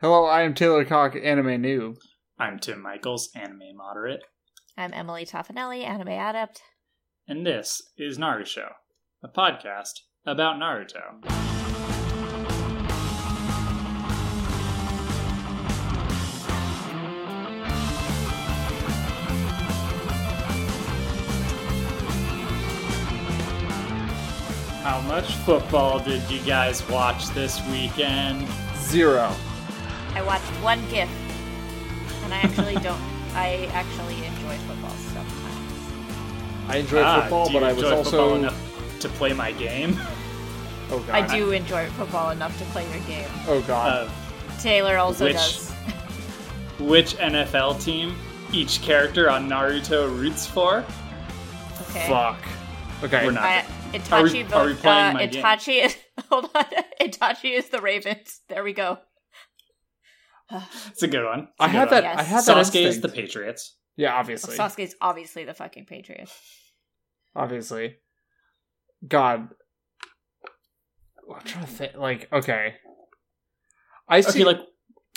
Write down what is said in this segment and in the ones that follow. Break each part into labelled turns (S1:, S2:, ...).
S1: Hello, I am Taylor Cock, anime noob.
S2: I'm Tim Michaels, anime moderate,
S3: I'm Emily Toffanelli, anime adept.
S2: and this is Naruto, Show, a podcast about Naruto. How much football did you guys watch this weekend?
S1: Zero.
S3: I watched one GIF, and I actually don't. I actually enjoy football sometimes.
S1: I enjoy football,
S2: Ah, do you
S1: but I was
S2: enjoy football
S1: also.
S2: enough to play my game.
S1: Oh god.
S3: I do enjoy football enough to play your game.
S1: Oh god.
S2: Uh,
S3: Taylor also
S2: Which-
S3: does.
S2: which NFL team each character on Naruto roots for.
S3: Okay.
S1: Fuck. Okay.
S2: Uh, We're not.
S3: I,
S2: Are we-
S3: Itachi
S2: are we
S3: votes.
S2: playing
S3: Uh,
S2: my game?
S3: Itachi is. Hold on. Itachi is the Ravens. There we go.
S2: It's a good one. It's a
S1: I
S2: good
S1: had
S2: one.
S1: that.
S3: Yes.
S1: I had that
S2: Sasuke
S1: instinct.
S2: is the Patriots.
S1: yeah,
S3: Well,
S1: obviously.
S3: Sasuke's obviously the fucking Patriot.
S1: obviously. God. I'm trying to think. Like, okay. I see.
S2: Okay, like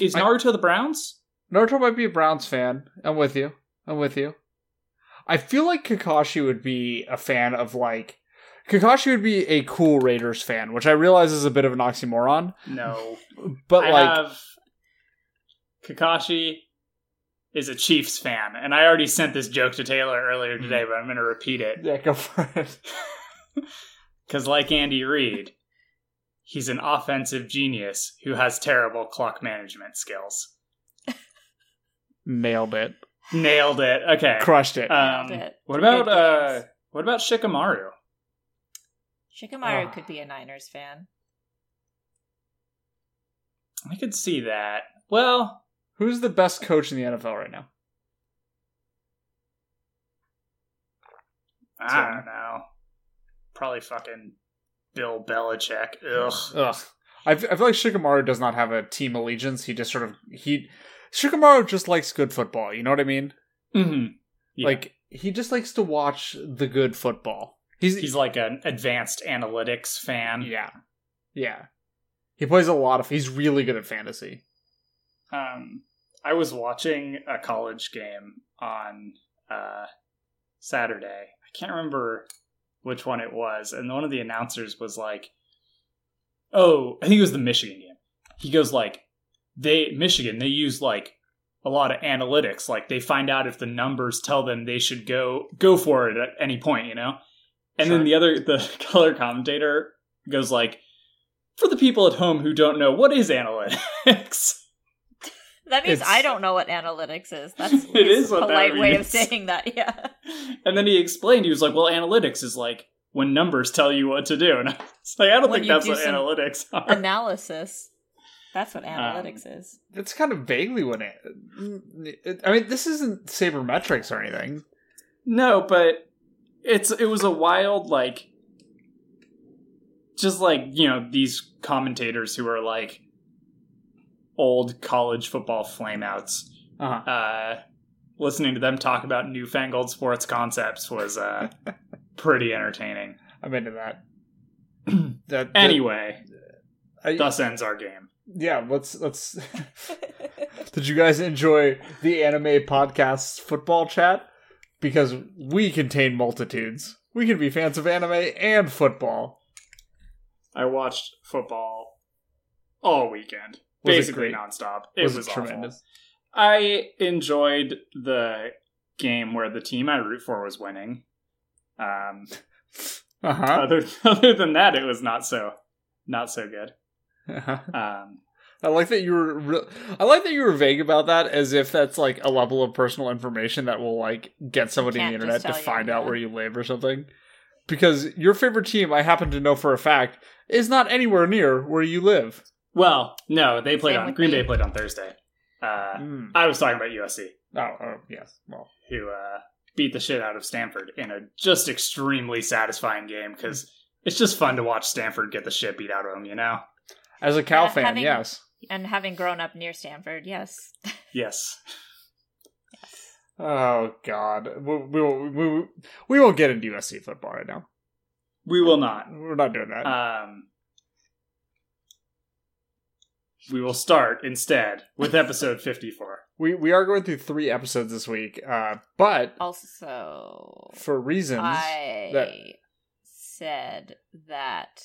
S2: is
S1: I-
S2: Naruto the Browns?
S1: Naruto might be a Browns fan. I'm with you. I'm with you. I feel like Kakashi would be a fan of like Kakashi would be a cool Raiders fan, which I realize is a bit of an oxymoron,
S2: No,
S1: but
S2: I
S1: like
S2: have Kakashi is a Chiefs fan, and I already sent this joke to Taylor
S1: Mm-hmm.
S2: earlier today, but I'm going to repeat it
S1: yeah, go for it.
S2: because, like Andy Reid, he's an offensive genius who has terrible clock management skills.
S1: Nailed it. Uh,
S2: Nailed it. Okay.
S1: Crushed it.
S2: Um,
S3: Nailed it.
S2: what about
S3: Good
S2: uh,
S3: games.
S2: what about Shikamaru?
S3: Shikamaru
S1: Ah.
S3: could be a Niners fan.
S2: I could see that. Well,
S1: Who's the best coach in the NFL right now?
S2: I don't know. Probably fucking Bill Belichick. Ugh.
S1: Ugh. I, f- I feel like Shikamaru does not have a team allegiance. He just sort of he Shikamaru just likes good football. You know what I mean?
S2: Mm-hmm. Yeah.
S1: Like he just likes to watch the good football. He's
S2: He's like an advanced analytics fan.
S1: Yeah. Yeah. He plays a lot of he's really good at fantasy.
S2: Um, I was watching a college game on uh, Saturday. I can't remember which one it was, and one of the announcers was like, "Oh, I think it was the Michigan game." He goes like, "They Michigan, they use like a lot of analytics. Like they find out if the numbers tell them they should go go for it at any point, you know." And
S1: Sure.
S2: then the other the color commentator goes like, "For the people at home who don't know, what is analytics?"
S3: That means
S1: It's-
S3: I don't know what analytics is. That's
S2: It
S3: his
S2: is what that
S3: polite way of
S2: means.
S3: saying that. Yeah.
S2: And then he explained, he was like, well, analytics is like when numbers tell you what to do. And I was like, I don't
S3: When
S2: think
S3: you
S2: that's
S3: do
S2: what
S3: some-
S2: analytics are.
S3: analysis. That's
S1: Um,
S3: what analytics is.
S1: That's kind of vaguely what it, it- I mean, this isn't sabermetrics or anything.
S2: no, but it's it was a wild, like, just like, you know, these commentators who are like old college football flameouts.
S1: Uh-huh.
S2: Uh, listening to them talk about newfangled sports concepts was uh, pretty entertaining.
S1: I'm into that. that that-
S2: Anyway,
S1: I-
S2: thus ends our game.
S1: yeah, let's let's Did you guys enjoy the anime podcast's football chat? Because we contain multitudes. We can be fans of anime and football.
S2: I watched football all weekend,
S1: Was it
S2: basically
S1: great?
S2: nonstop. It was,
S1: it
S2: tremendous. I enjoyed the game where the team I root for was winning. Um,
S1: Uh-huh.
S2: other other than that, it was not so not so good.
S1: uh-huh.
S2: Um,
S1: I like that you were. Re- I like that you were vague about that, as if that's like a level of personal information that will like get somebody on the
S3: Can't
S1: internet
S3: just
S1: to
S3: tell you,
S1: find out
S3: yeah.
S1: where you live or something. Because your favorite team, I happen to know for a fact, is not anywhere near where you live.
S2: well, no, they played
S3: Same
S2: on
S3: with
S2: Green
S3: me.
S2: Bay played on Thursday. Uh,
S1: Mm.
S2: I was talking about USC,
S1: Oh, oh, yes. Well,
S2: who uh, beat the shit out of Stanford in a just extremely satisfying game because it's just fun to watch Stanford get the shit beat out of them. You know?
S1: as a Cal
S3: Yeah,
S1: fan,
S3: having-
S1: yes.
S3: And having grown up near Stanford, yes.
S2: Yes.
S1: Oh God, we, we, will- we, we, we won't get into USC football right now.
S2: We will not.
S3: Uh,
S1: We're not doing that.
S2: Um, we will start instead with episode 54.
S1: We we are going through three episodes this week, uh, but
S3: Also,
S1: for reasons,
S3: I
S1: that-
S3: said that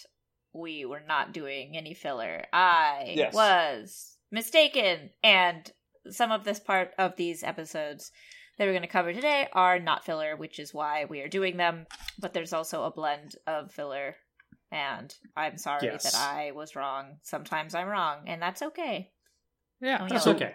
S3: we were not doing any filler. I
S1: Yes.
S3: was mistaken, and some of this part of these episodes that we're going to cover today are not filler, which is why we are doing them. But there's also a blend of filler, and I'm sorry
S2: Yes.
S3: that I was wrong. Sometimes I'm wrong, and that's okay.
S1: yeah,
S3: Oh,
S2: That's
S1: so
S2: okay.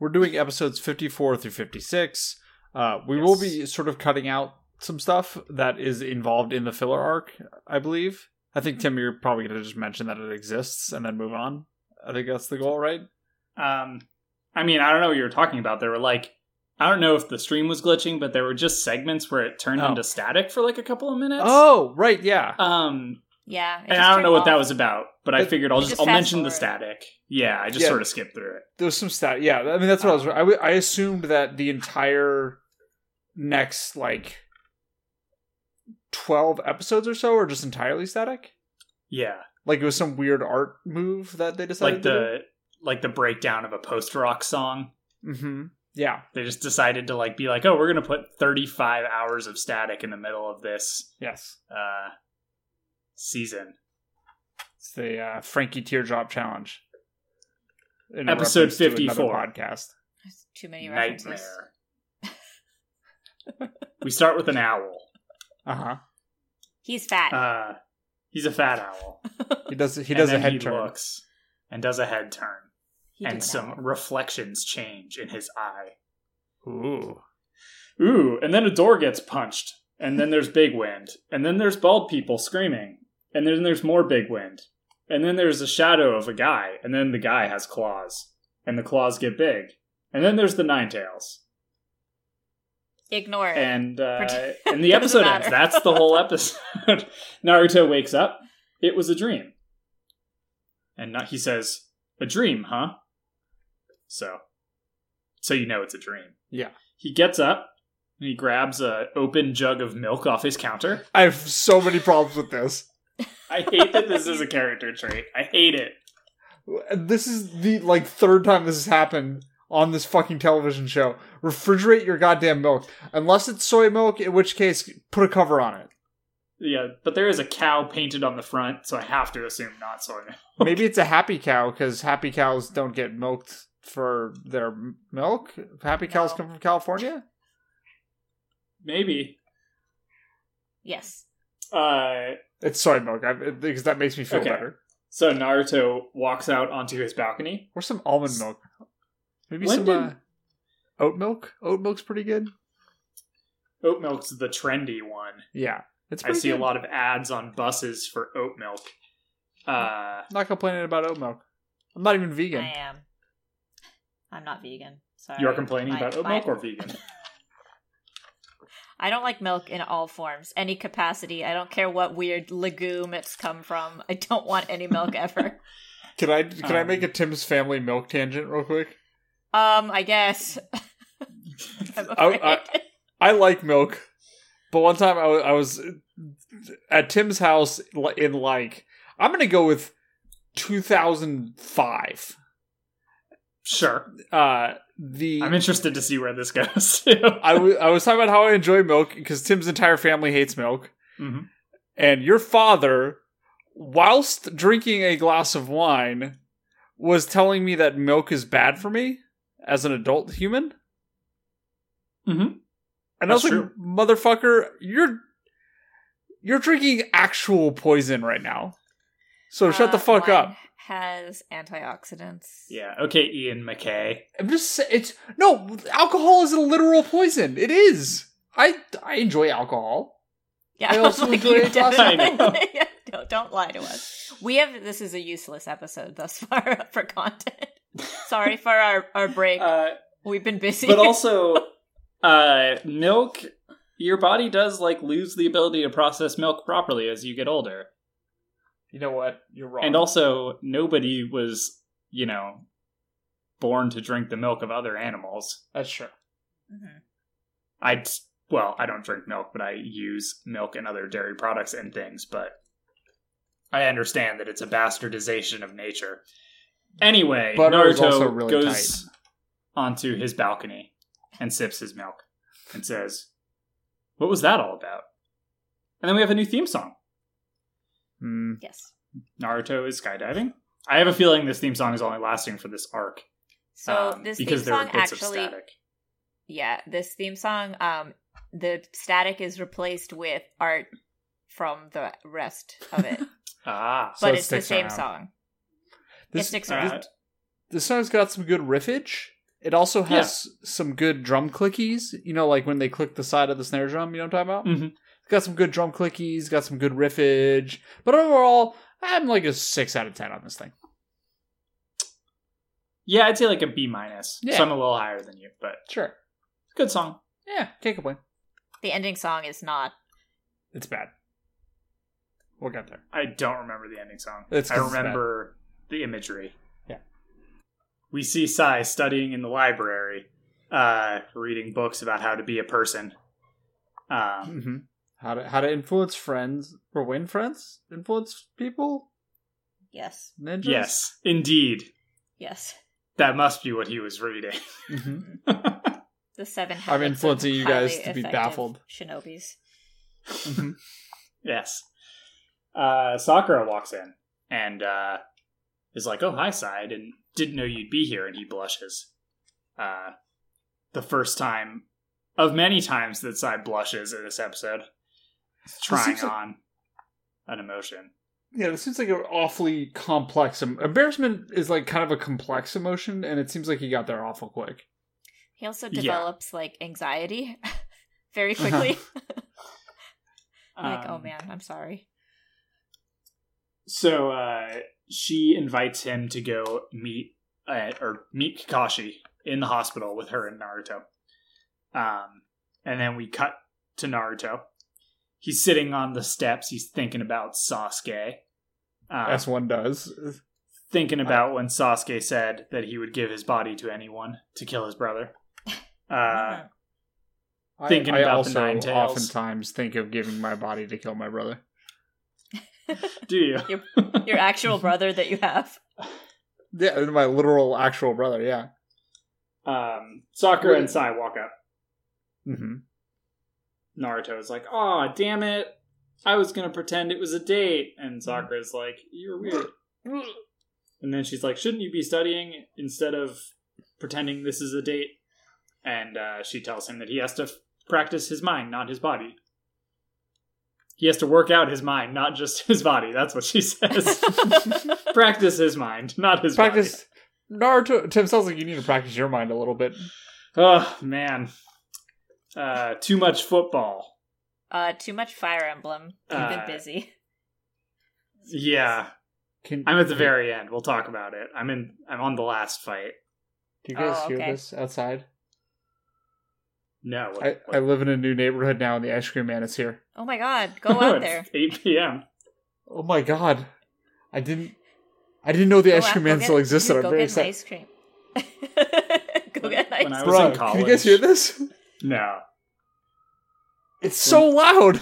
S1: We're doing episodes fifty four through fifty six. Uh, we will
S2: Yes.
S1: be sort of cutting out some stuff that is involved in the filler arc. I believe. I think Tim, you're probably going to just mention that it exists and then move on. I think that's the goal, right?
S2: Um, I mean, I don't know what you were talking about. There were like, I don't know if the stream was glitching, but there were just segments where it turned
S1: Oh.
S2: into static for like a couple of minutes.
S1: oh, right, yeah.
S2: Um,
S3: Yeah, it
S2: and
S3: just
S2: I don't
S3: turned
S2: know what that
S3: off.
S2: was about, but I
S1: It-
S2: figured I'll
S3: you
S2: just,
S3: just
S2: I'll
S3: fast
S2: mention the
S3: forward.
S2: static. Yeah, I just
S1: Yeah.
S2: sort of skipped through it.
S1: there was some stat. Yeah, I mean that's what I
S2: Um,
S1: was. I, w- I assumed that the entire next like twelve episodes or so are just entirely static.
S2: Yeah,
S1: Like it was some weird art move that they decided
S2: like the like the breakdown of a post rock song.
S1: to do. hmm Yeah,
S2: They just decided to like be like, oh, we're gonna put thirty five hours of static in the middle of this
S1: yes,
S2: uh season.
S1: it's the uh, Frankie Teardrop challenge. In
S2: Episode
S1: reference to another
S2: 54.
S1: podcast.
S3: There's too many references.
S2: Nightmare. we start with an owl.
S1: Uh huh.
S3: He's fat.
S2: Uh, he's a fat owl.
S1: He does. He
S2: And
S1: does a
S2: then
S1: head turn.
S2: looks and does a head turn,
S3: He
S2: and
S3: did
S2: some
S3: that.
S2: reflections change in his eye.
S1: Ooh.
S2: Ooh, and then a door gets punched, and then there's big wind, and then there's bald people screaming, and then there's more big wind, and then there's a shadow of a guy, and then the guy has claws, and the claws get big, and then there's the nine tails,
S3: Ignore it.
S2: and uh,
S3: Pretend-
S2: and the
S3: Doesn't
S2: episode ends.
S3: matter.
S2: That's the whole episode. Naruto wakes up. It was a dream, and not, he says, "A dream, huh?" So, so you know it's a dream.
S1: Yeah.
S2: He gets up and he grabs a open jug of milk off his counter.
S1: I have so many problems with this.
S2: I hate that this is a character trait. I hate it.
S1: This is the like third time this has happened on this fucking television show. Refrigerate your goddamn milk, unless it's soy milk, in which case put a cover on it.
S2: Yeah, but there is a cow painted on the front, so I have to assume not soy milk.
S1: Maybe it's a happy cow because happy cows don't get milked for their m- milk. Happy cows
S3: No.
S1: come from California.
S2: Maybe.
S3: yes.
S2: Uh,
S1: It's soy milk I, because that makes me feel
S2: Okay.
S1: better.
S2: so Naruto walks out onto his balcony.
S1: Or some almond milk. Maybe
S2: When
S1: some
S2: did-
S1: uh, oat milk. Oat milk's pretty good.
S2: Oat milk's the trendy one.
S1: Yeah, it's.
S2: I
S1: Pretty
S2: see
S1: good.
S2: a lot of ads on buses for oat milk. Uh,
S1: Not complaining about oat milk. I'm not even vegan.
S3: I am. I'm not vegan. Sorry.
S1: Uh,
S2: you're complaining
S3: My-
S2: about oat
S3: my-
S2: milk or vegan?
S3: I don't like milk in all forms, any capacity. I don't care what weird legume it's come from. I don't want any milk ever.
S1: Can I can I
S2: Um,
S1: make a Tim's family milk tangent real quick?
S3: um, I guess. I'm
S1: I-
S3: afraid.
S1: I like milk, but one time I wa- I was at Tim's house li- in like I'm gonna go with 2005.
S2: Sure.
S1: Uh, the
S2: I'm interested to see where this goes.
S1: I, w- I was talking about how I enjoy milk because Tim's entire family hates milk,
S2: Mhm.
S1: and your father, whilst drinking a glass of wine, was telling me that milk is bad for me as an adult human.
S2: Mhm.
S1: And I was
S2: That's
S1: like, motherfucker, you're you're drinking actual poison right now. So shut the
S3: Uh,
S1: fuck
S3: wine
S1: up.
S3: Has antioxidants.
S2: Yeah. Okay, Ian McKay.
S1: I'm just sa- it's no alcohol is a literal poison. It is. I I enjoy alcohol.
S3: Yeah,
S1: I also
S3: like,
S1: enjoy
S3: you
S1: it last night.
S3: definitely- Yeah, don't, don't lie to us. We have this is a useless episode thus far for content. Sorry for our our break.
S2: Uh,
S3: We've been busy.
S2: but also, uh, milk. Your body does like lose the ability to process milk properly as you get older,
S1: You know what? You're wrong.
S2: and also nobody was, you know, born to drink the milk of other animals.
S1: that's true.
S3: Mhm.
S2: I well, I don't drink milk, but I use milk and other dairy products and things. But I understand that it's a bastardization of nature. Anyway,
S1: Butter is also
S2: Naruto
S1: really
S2: goes onto his balcony and sips his milk and says, "What was that all about?" And then we have a new theme song.
S1: Hmm.
S3: Yes.
S2: Naruto is skydiving. I have a feeling this theme song is only lasting for this arc
S3: So
S2: um,
S3: this theme
S2: because there are
S3: song
S2: bits of
S3: actually
S2: static.
S3: yeah, this theme song um the static is replaced with art from the rest of it.
S2: Ah,
S1: So
S3: but
S1: it
S3: it's the
S1: sticks
S3: same
S1: around.
S3: song.
S1: This,
S3: sticks
S1: this-
S2: around.
S1: this song's got some good riffage. It also has some good drum clickies. You know, like when they click the side of the snare drum. You know what I'm talking about?
S2: Mhm.
S3: Mm.
S1: It's got some good drum clickies. Got some good riffage. But overall, I'm like a six out of ten on this thing.
S2: yeah, I'd say like a B minus.
S1: Yeah.
S2: So I'm a little higher than you, but
S1: Sure.
S2: good song.
S1: Yeah, can't complain.
S3: The ending song is not
S1: It's bad. We'll get there.
S2: I don't remember the ending song.
S1: It's 'cause
S2: I
S1: it's bad.
S2: remember the imagery.
S1: Yeah.
S2: We see Sai studying in the library, uh, reading books about how to be a person. Um,
S1: hmm How to how to influence friends or win friends? Influence people?
S3: yes.
S1: Ninjas?
S2: yes, indeed.
S3: Yes.
S2: That must be what he was reading.
S1: hmm
S3: The seven
S1: I'm
S3: habits of
S1: influencing you guys
S3: highly
S1: to be
S3: effective
S1: baffled.
S3: Shinobis.
S2: yes. Uh, Sakura walks in and uh, is like, "Oh, hi, Side," and didn't know you'd be here, and he blushes. Uh, the first time of many times that Side blushes in this episode, He's trying
S1: seems like-
S2: on an emotion.
S1: Yeah, this seems like an awfully complex. Em- Embarrassment is like kind of a complex emotion, and it seems like he got there awful quick.
S3: He also
S2: Yeah.
S3: develops like anxiety very
S1: Uh-huh.
S3: quickly. like, oh
S2: Um,
S3: man, I'm sorry.
S2: So uh, she invites him to go meet uh, or meet Kakashi in the hospital with her and Naruto. Um, and then we cut to Naruto. He's sitting on the steps. He's thinking about Sasuke. Um,
S1: As one does.
S2: thinking about when Sasuke said that he would give his body to anyone to kill his brother. Uh,
S3: Mhm.
S1: I-
S2: Thinking
S1: I,
S2: about the
S1: also
S2: Nine Tails.
S1: oftentimes think of giving my body to kill my brother.
S2: do you?
S3: Your actual brother that you have.
S1: Yeah, my literal actual brother. Yeah.
S2: Um, Sakura and Sai walk up.
S1: hmm
S2: Naruto is like, "Aw, damn it! I was gonna pretend it was a date." And Sakura's like, "You're weird." And then she's like, "Shouldn't you be studying instead of pretending this is a date?" And uh, she tells him that he has to f- practice his mind, not his body. He has to work out his mind, not just his body. That's what she says. practice his mind, not his body.
S1: Practice. Naruto. Tim sounds like you need to practice your mind a little bit.
S2: Oh man, uh, too much football.
S3: uh too much fire emblem. You've
S2: Uh,
S3: been busy.
S2: Yeah,
S1: Can
S2: I'm at the very end. We'll talk about it. I'm in. I'm on the last fight.
S1: Do you guys
S3: Oh,
S1: hear
S3: okay.
S1: this outside?
S2: No,
S1: I, I live in a new neighborhood now, and the ice cream man is here.
S3: Oh my god, go out there.
S2: It's 8 p.m.
S1: Oh my god, I didn't, I didn't know the
S3: Go
S1: ice
S3: out-
S1: cream
S3: go
S1: man
S3: get-
S1: still existed.
S3: Go
S1: I'm very
S3: get an
S1: excited.
S3: ice cream. go get an
S2: When
S3: ice
S2: I
S3: cream.
S2: was in
S1: Bro, can you guys hear
S2: college.
S1: this?
S2: No,
S1: It's so loud.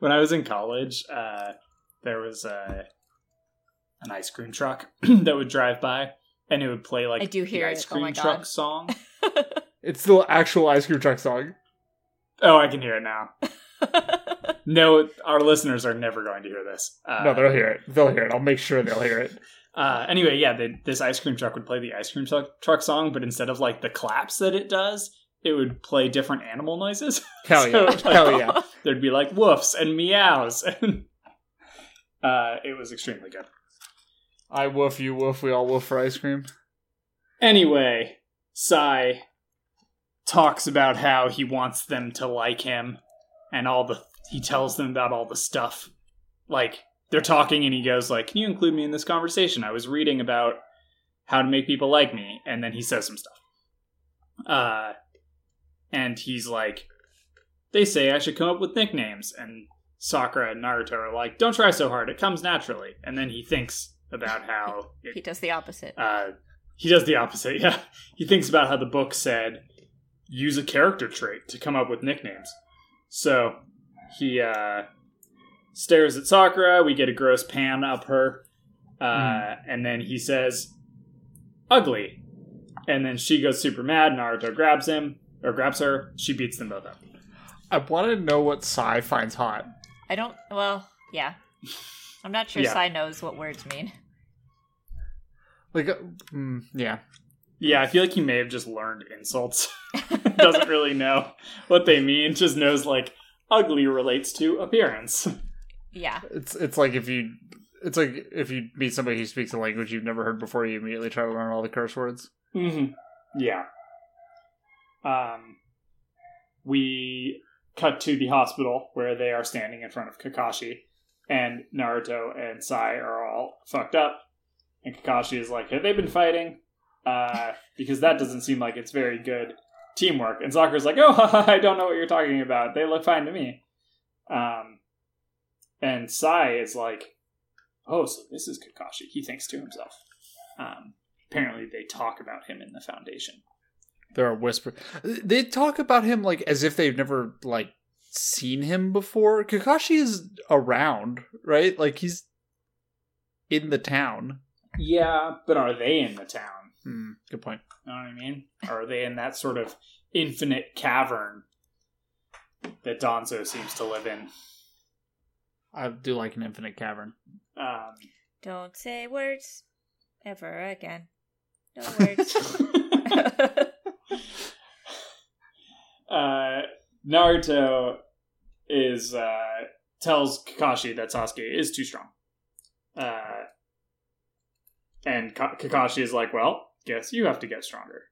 S2: when I was in college, uh, there was uh, an ice cream truck that would drive by, and it would play like
S3: I do hear
S2: the
S3: it.
S2: ice
S3: Oh
S2: cream
S3: my
S2: truck
S3: God.
S2: song.
S1: It's the actual ice cream truck song.
S2: Oh, I can hear it now. No, our listeners are never going to hear this. Uh,
S1: no, they'll hear it. They'll hear it. I'll make sure they'll hear it.
S2: Uh, anyway, yeah, they, this ice cream truck would play the ice cream truck, truck song, but instead of like the claps that it does, it would play different animal noises.
S1: Hell yeah!
S2: So, like,
S1: Hell yeah!
S2: There'd be like woofs and meows, and uh, it was extremely good.
S1: I woof, you woof, we all woof for ice cream.
S2: Anyway, Sai talks about how he wants them to like him and all the he tells them about all the stuff. Like they're talking and he goes like, "Can you include me in this conversation? I was reading about how to make people like me." And then he says some stuff. Uh and he's like, "They say I should come up with nicknames." And Sakura and Naruto are like, "Don't try so hard. It comes naturally." And then he thinks about how it
S3: he does the opposite.
S2: uh, he does the opposite. Yeah, he thinks about how the book said use a character trait to come up with nicknames. So he uh, stares at Sakura. We get a gross pan up her, Uh, And then he says, ugly. And then she goes super mad. Naruto grabs him, or grabs her. She beats them both up.
S1: I want to know what Sai finds hot.
S3: I don't. Well, yeah. I'm not sure
S2: Yeah.
S3: Sai knows what words mean.
S1: Like, uh, mm, yeah.
S2: Yeah, I feel like he may have just learned insults. Doesn't really know what they mean. Just knows, like, ugly relates to appearance.
S3: Yeah.
S1: It's it's like if you it's like if you meet somebody who speaks a language you've never heard before, you immediately try to learn all the curse words.
S2: Mm-hmm. Yeah. Um, we cut to the hospital where they are standing in front of Kakashi, and Naruto and Sai are all fucked up. And Kakashi is like, "Have they been fighting?" Uh, because that doesn't seem like it's very good teamwork. And Sakura's like, "Oh, I don't know what you're talking about. They look fine to me." Um, and Sai is like, "Oh, so this is Kakashi." He thinks to himself. Um, apparently they talk about him in the foundation.
S1: There are whispers. They talk about him like as if they've never like seen him before. Kakashi is around, right? Like he's in the town.
S2: Yeah, but are they in the town?
S1: Hmm, good point.
S2: You know what I mean? Are they in that sort of infinite cavern that Donzo seems to live in?
S1: I do like an infinite cavern.
S2: Um,
S3: Don't say words ever again. No words.
S2: uh, Naruto is uh, tells Kakashi that Sasuke is too strong, uh, and Ka- Kakashi is like, "Well, guess you have to get stronger."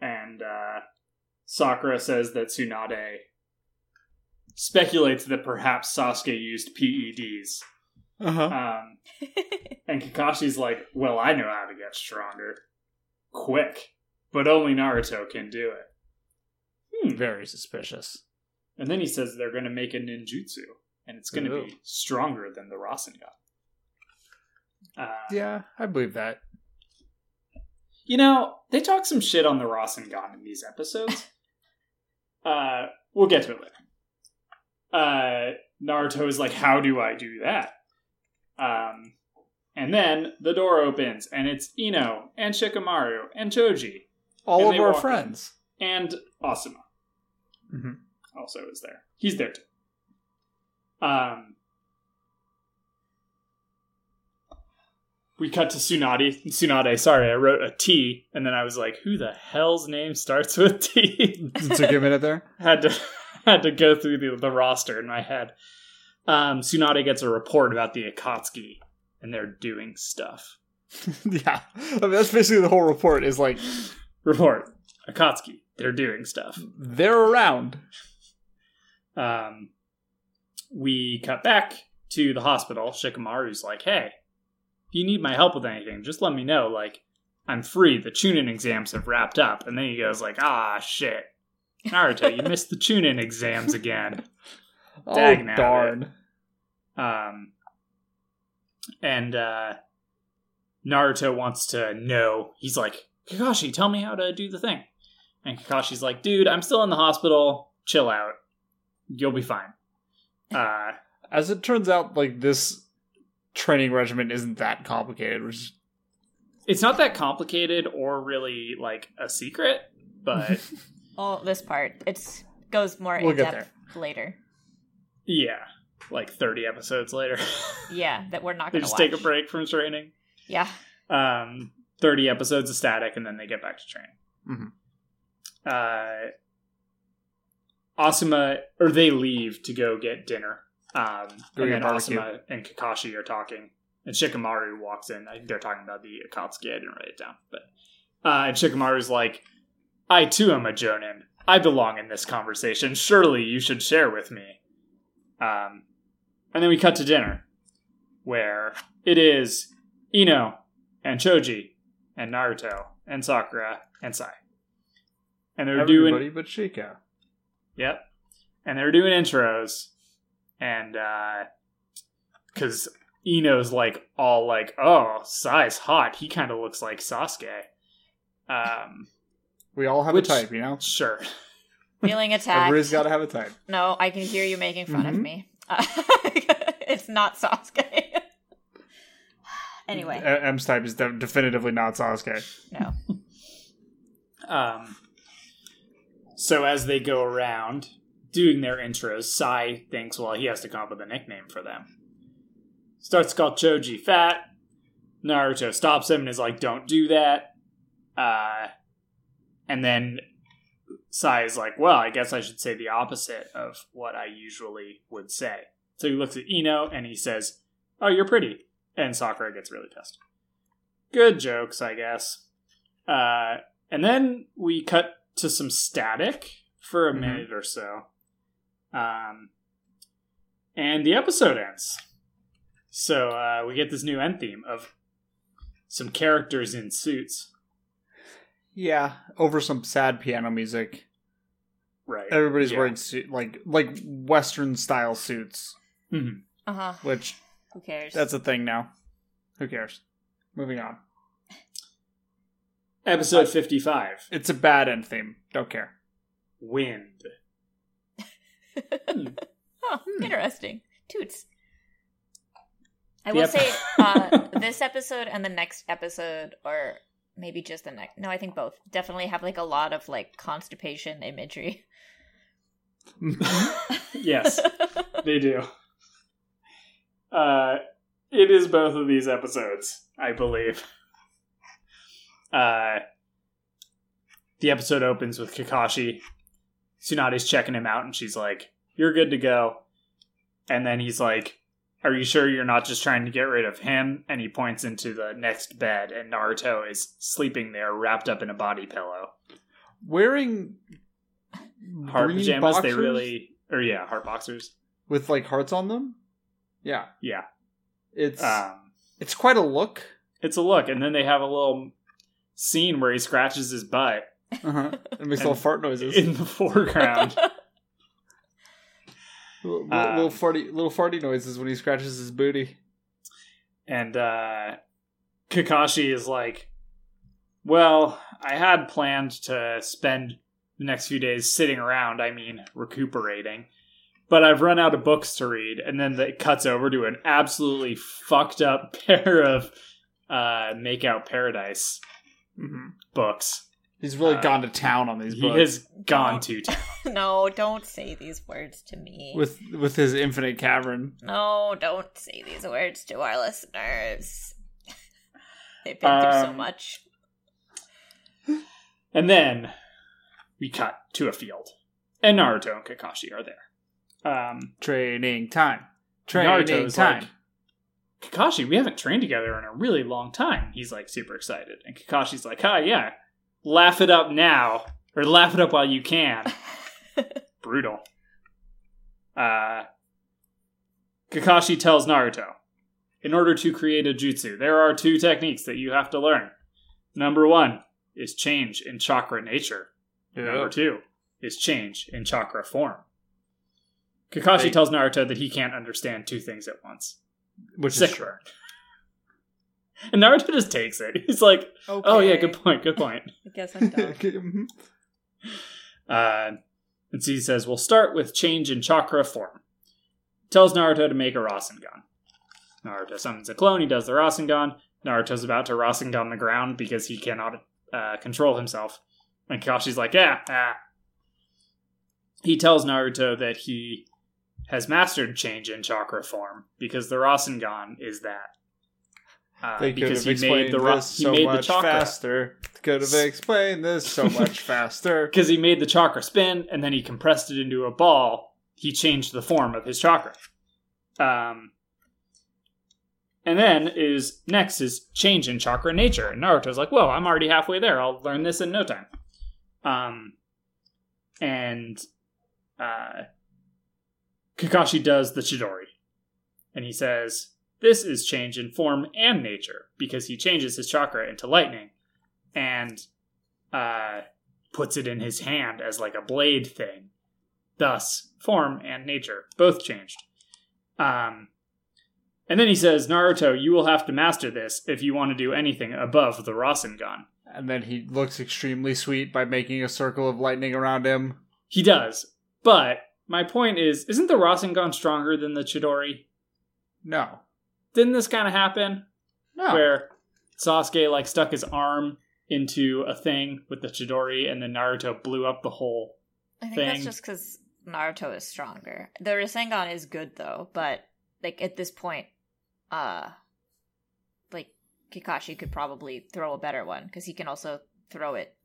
S2: And uh, Sakura says that Tsunade speculates that perhaps Sasuke used PEDs.
S1: Uh huh.
S2: Um, and Kakashi's like, well, I know how to get stronger. Quick. But only Naruto can do it. Hmm.
S1: Very suspicious.
S2: And then he says they're going to make a ninjutsu, and it's going to
S1: Ooh.
S2: be stronger than the Rasengan. Uh,
S1: Yeah, I believe that.
S2: You know, they talk some shit on the Rasengan in these episodes. uh, we'll get to it later. Uh, Naruto is like, "How do I do that?" Um, and then the door opens, and it's Ino and Shikamaru and Choji
S1: All
S2: And
S1: of
S2: they
S1: our
S2: walk in.
S1: friends.
S2: and Asuma.
S1: Mhm.
S2: Also, is there? He's there too. Um, we cut to Tsunade. Tsunade, sorry, I wrote a T, and then I was like, "Who the hell's name starts with T?"
S1: It took you a minute there.
S2: had to had to go through the, the roster in my head. Um, Tsunade gets a report about the Akatsuki, and they're doing stuff.
S1: yeah, I mean, that's basically the whole report. Is like
S2: Report Akatsuki, they're doing stuff.
S1: they're around.
S2: Um, we cut back to the hospital. Shikamaru's like, hey, if you need my help with anything, just let me know. Like, I'm free. The Chunin exams have wrapped up. And then he goes like, ah, shit. Naruto, you missed the Chunin exams again. Dag
S1: oh
S2: nabbit.
S1: darn!
S2: Um, and uh, Naruto wants to know. He's like, Kakashi, tell me how to do the thing. And Kakashi's like, dude, I'm still in the hospital. Chill out. You'll be fine. Uh,
S1: As it turns out, like this training regimen isn't that complicated. Which is-
S2: it's not that complicated or really like a secret, but
S3: All this part. It's goes more
S1: We'll
S3: in
S1: get
S3: depth later.
S2: yeah, like 30 episodes later,
S3: Yeah, that we're not
S2: they
S3: going to
S2: just
S3: watch.
S2: take a break from training.
S3: Yeah.
S2: Um, 30 episodes of static, and then they get back to training.
S1: Mhm.
S2: Uh, Asuma, or they leave to go get dinner. Um,
S1: Go
S2: and
S1: get
S2: then
S1: barbecue.
S2: Asuma and Kakashi are talking, and Shikamaru walks in. I think they're talking about the Akatsuki. I didn't write it down, but uh, and Shikamaru's like, "I too am a Jonin. I belong in this conversation. Surely you should share with me." Um, and then we cut to dinner, where it is Ino and Choji and Naruto and Sakura and Sai, and they're doing
S1: everybody but Shika.
S2: Yep. And they're doing intros, and uh, because Eno's like all like, oh, Sai's hot. He kind of looks like Sasuke. Um,
S1: We all have
S2: Which-
S1: a type, you know.
S2: sure.
S3: Feeling attacked.
S1: Everybody's got Mm-hmm. to have a type.
S3: No, I can hear you making fun of
S1: Mhm.
S3: me. Uh, it's not Sasuke. Anyway,
S1: M's type is de- definitively not Sasuke.
S3: no.
S2: Um, so as they go around doing their intros, Sai thinks, well, he has to come up with a nickname for them. Starts to call Choji fat. Naruto stops him and is like, don't do that. Uh, and then Sai is like, well, I guess I should say the opposite of what I usually would say. So he looks at Ino and he says, oh, you're pretty. And Sakura gets really pissed. Good jokes, I guess. Uh, and then we cut to some static for a
S1: Mhm.
S2: minute or so. Um, and the episode ends. So uh, we get this new end theme of some characters in suits.
S1: Yeah, over some sad piano music.
S2: Right.
S1: Everybody's
S2: Yeah.
S1: wearing suit, like like Western style suits,
S2: Mhm.
S3: Uh huh.
S1: which
S3: Who cares?
S1: that's a thing now. Who cares? Moving on.
S2: Episode 55
S1: It's a bad end theme. Don't care.
S2: Wind. Hmm.
S3: Huh,
S1: Hmm.
S3: Interesting. Toots. I
S2: The
S3: will
S2: ep-
S3: say uh, this episode and the next episode, or maybe just the next. No, I think both definitely have like a lot of like constipation imagery.
S2: yes, they do. Uh, it is both of these episodes, I believe. Uh, the episode opens with Kakashi. Tsunade's checking him out, and she's like, You're good to go. And then he's like, Are you sure you're not just trying to get rid of him? And he points into the next bed, and Naruto is sleeping there, wrapped up in a body pillow.
S1: Wearing
S2: Heart
S1: green
S2: pajamas, they
S1: boxers
S2: really. Or yeah, heart boxers.
S1: with like hearts on them. Yeah,
S2: Yeah.
S1: it's
S2: Um,
S1: it's quite a look.
S2: it's a look and then they have a little scene where he scratches his butt
S1: Uh-huh. It makes
S2: And-
S1: little fart noises.
S2: in the foreground
S1: little,
S2: um,
S1: little farty little farty noises when he scratches his booty.
S2: and uh kakashi is like well i had planned to spend the next few days sitting around i mean recuperating but i've run out of books to read and then it cuts over to an absolutely fucked up pair of uh make out paradise
S1: Mm-hmm.
S2: books
S1: He's really
S2: Uh,
S1: gone to town on these
S2: he
S1: books
S2: has gone to town
S3: no, don't say these words to me.
S1: with with his infinite cavern.
S3: no, don't say these words to our listeners. They've been through so
S2: Um,
S3: much.
S2: And then we cut to a field. And Naruto and Kakashi are there. Um,
S1: Training time.
S2: Naruto
S1: Training
S2: is
S1: time.
S2: like, Kakashi, we haven't trained together in a really long time. He's like super excited. And Kakashi's like, ah, yeah, laugh it up now, or laugh it up while you can. Brutal. Uh, Kakashi tells Naruto, in order to create a jutsu, there are two techniques that you have to learn. Number one is change in chakra nature. Number two is change in chakra form. Kakashi
S1: They-
S2: tells Naruto that he can't understand two things at once.
S1: Which is true.
S2: Sicker. And Naruto just takes it. He's like, "Oh yeah, good point, good point."
S3: I guess I'm done.
S1: Mhm.
S2: Uh, and so he says, "We'll start with change in chakra form." Tells Naruto to make a Rasengan. Naruto summons a clone. He does the Rasengan. Naruto's about to Rasengan the ground because he cannot uh, control himself. And Kakashi's like, "Yeah." Ah. He tells Naruto that he has mastered change in chakra form because the Rasengan is that. Uh,
S1: They could
S2: because
S1: have
S2: he made
S1: explained
S2: the ra-
S1: this
S2: he
S1: so
S2: made the
S1: much
S2: chakra
S1: faster. Could have explained this so much faster.
S2: because he made the chakra spin and then he compressed it into a ball he changed the form of his chakra um and then is next is change in chakra nature and naruto's like whoa i'm already halfway there i'll learn this in no time um and uh kakashi does the chidori and he says this is change in form and nature because he changes his chakra into lightning and uh puts it in his hand as like a blade thing. Thus, form and nature both changed. Um, and then he says, Naruto, you will have to master this if you want to do anything above the Rasengan.
S1: And then he looks extremely sweet by making a circle of lightning around him.
S2: He does. But my point is, isn't the Rasengan stronger than the Chidori?
S1: No.
S2: Didn't this kind of happen?
S1: No.
S2: where Sasuke like stuck his arm into a thing with the Chidori, and then Naruto blew up the hole.
S3: I think
S2: thing.
S3: that's just because Naruto is stronger. The Rasengan is good though, but like at this point, uh, like Kakashi could probably throw a better one because he can also throw it,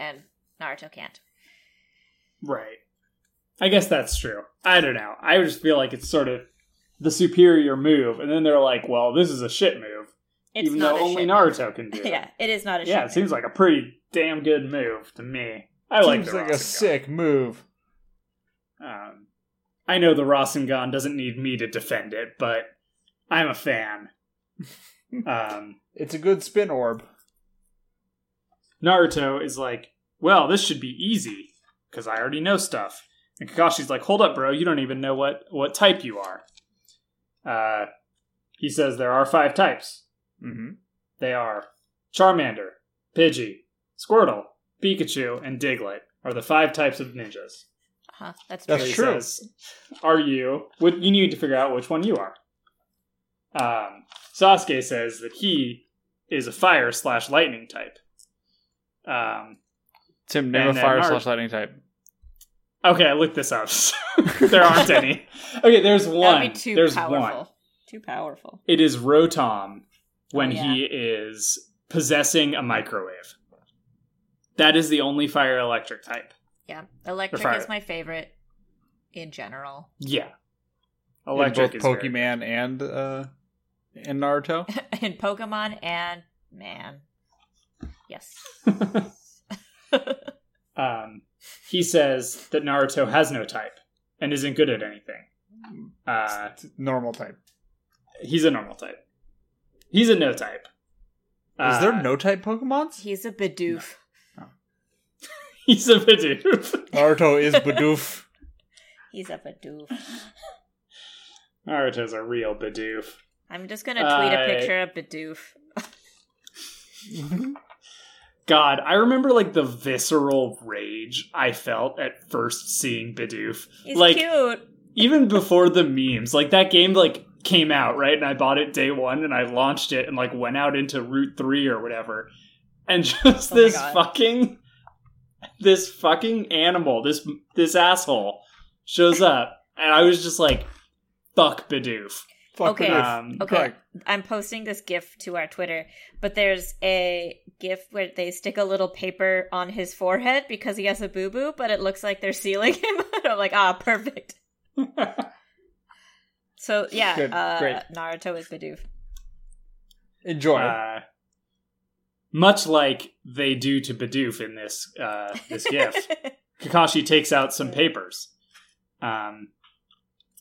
S3: and Naruto can't.
S2: Right. I guess that's true. I don't know. I just feel like it's sort of the superior move, and then they're like, "Well, this is a shit move,"
S3: It's
S2: even
S3: not
S2: though
S3: a
S2: only
S3: shit
S2: Naruto can do.
S3: move.
S2: it.
S3: yeah, it is not a
S2: yeah, it
S3: shit
S2: seems like a pretty damn good move to me. I like
S1: Seems
S2: the
S1: like a
S2: Rasengan.
S1: sick move.
S2: Um, I know the Rasengan doesn't need me to defend it, but I'm a fan. um,
S1: It's a good spin orb.
S2: Naruto is like, well, this should be easy because I already know stuff. And Kakashi's like, hold up, bro, you don't even know what what type you are. Uh, he says there are five types.
S1: Mm-hmm.
S2: They are Charmander, Pidgey, Squirtle, Pikachu, and Diglett are the five types of ninjas.
S3: Huh, Uh-huh, that's
S1: That's
S3: true.
S2: So he
S1: true.
S2: says, are you? What you need to figure out which one you are. Um, Sasuke says that he is a fire slash lightning type. Um,
S1: Tim,
S2: name
S1: name
S2: And
S1: a
S2: a then
S1: fire
S2: fire Naruto-
S1: slash
S2: slash
S1: lightning type.
S2: Okay, I looked this up. there aren't any. Okay, there's one.
S3: That would be too
S2: there's
S3: powerful.
S2: one.
S3: Too powerful.
S2: It is Rotom when
S3: Oh, yeah.
S2: he is possessing a microwave. That is the only fire electric type.
S3: Yeah, electric
S2: fire-
S3: is my favorite in general.
S2: Yeah. Electric
S1: both
S2: is very-
S1: Pokemon and uh, and Naruto.
S3: in Pokemon and man. Yes.
S2: um, he says that Naruto has no type and isn't good at anything. Uh,
S1: It's normal type.
S2: he's a normal type. He's a no type. Uh,
S1: Is there no type Pokemons?
S3: He's a Bidoof.
S2: He's a Bidoof.
S1: Naruto is Bidoof.
S3: He's a Bidoof.
S2: Naruto's a real Bidoof.
S3: I'm just gonna tweet a
S2: I-
S3: picture of Bidoof.
S2: God, I remember like the visceral rage I felt at first seeing Bidoof.
S3: He's
S2: like
S3: cute.
S2: even before the memes, like that game like came out right, and I bought it day one, and I launched it, and like went out into Route Three or whatever, and just
S3: Oh my
S2: this
S3: God.
S2: fucking, this fucking animal, this this asshole shows up, and I was just like, fuck Bidoof.
S1: Fuck
S3: Okay.
S1: Bidoof.
S2: Um,
S3: Okay.
S1: Right.
S3: I'm posting this GIF to our Twitter, but there's a GIF where they stick a little paper on his forehead because he has a boo boo, but it looks like they're sealing him. and I'm like, ah, perfect. So yeah,
S1: Good.
S3: uh,
S1: Great.
S3: Naruto is Bidoof.
S1: Enjoy.
S2: Uh, much like they do to Bidoof in this uh, this gif, Kakashi takes out some papers, um,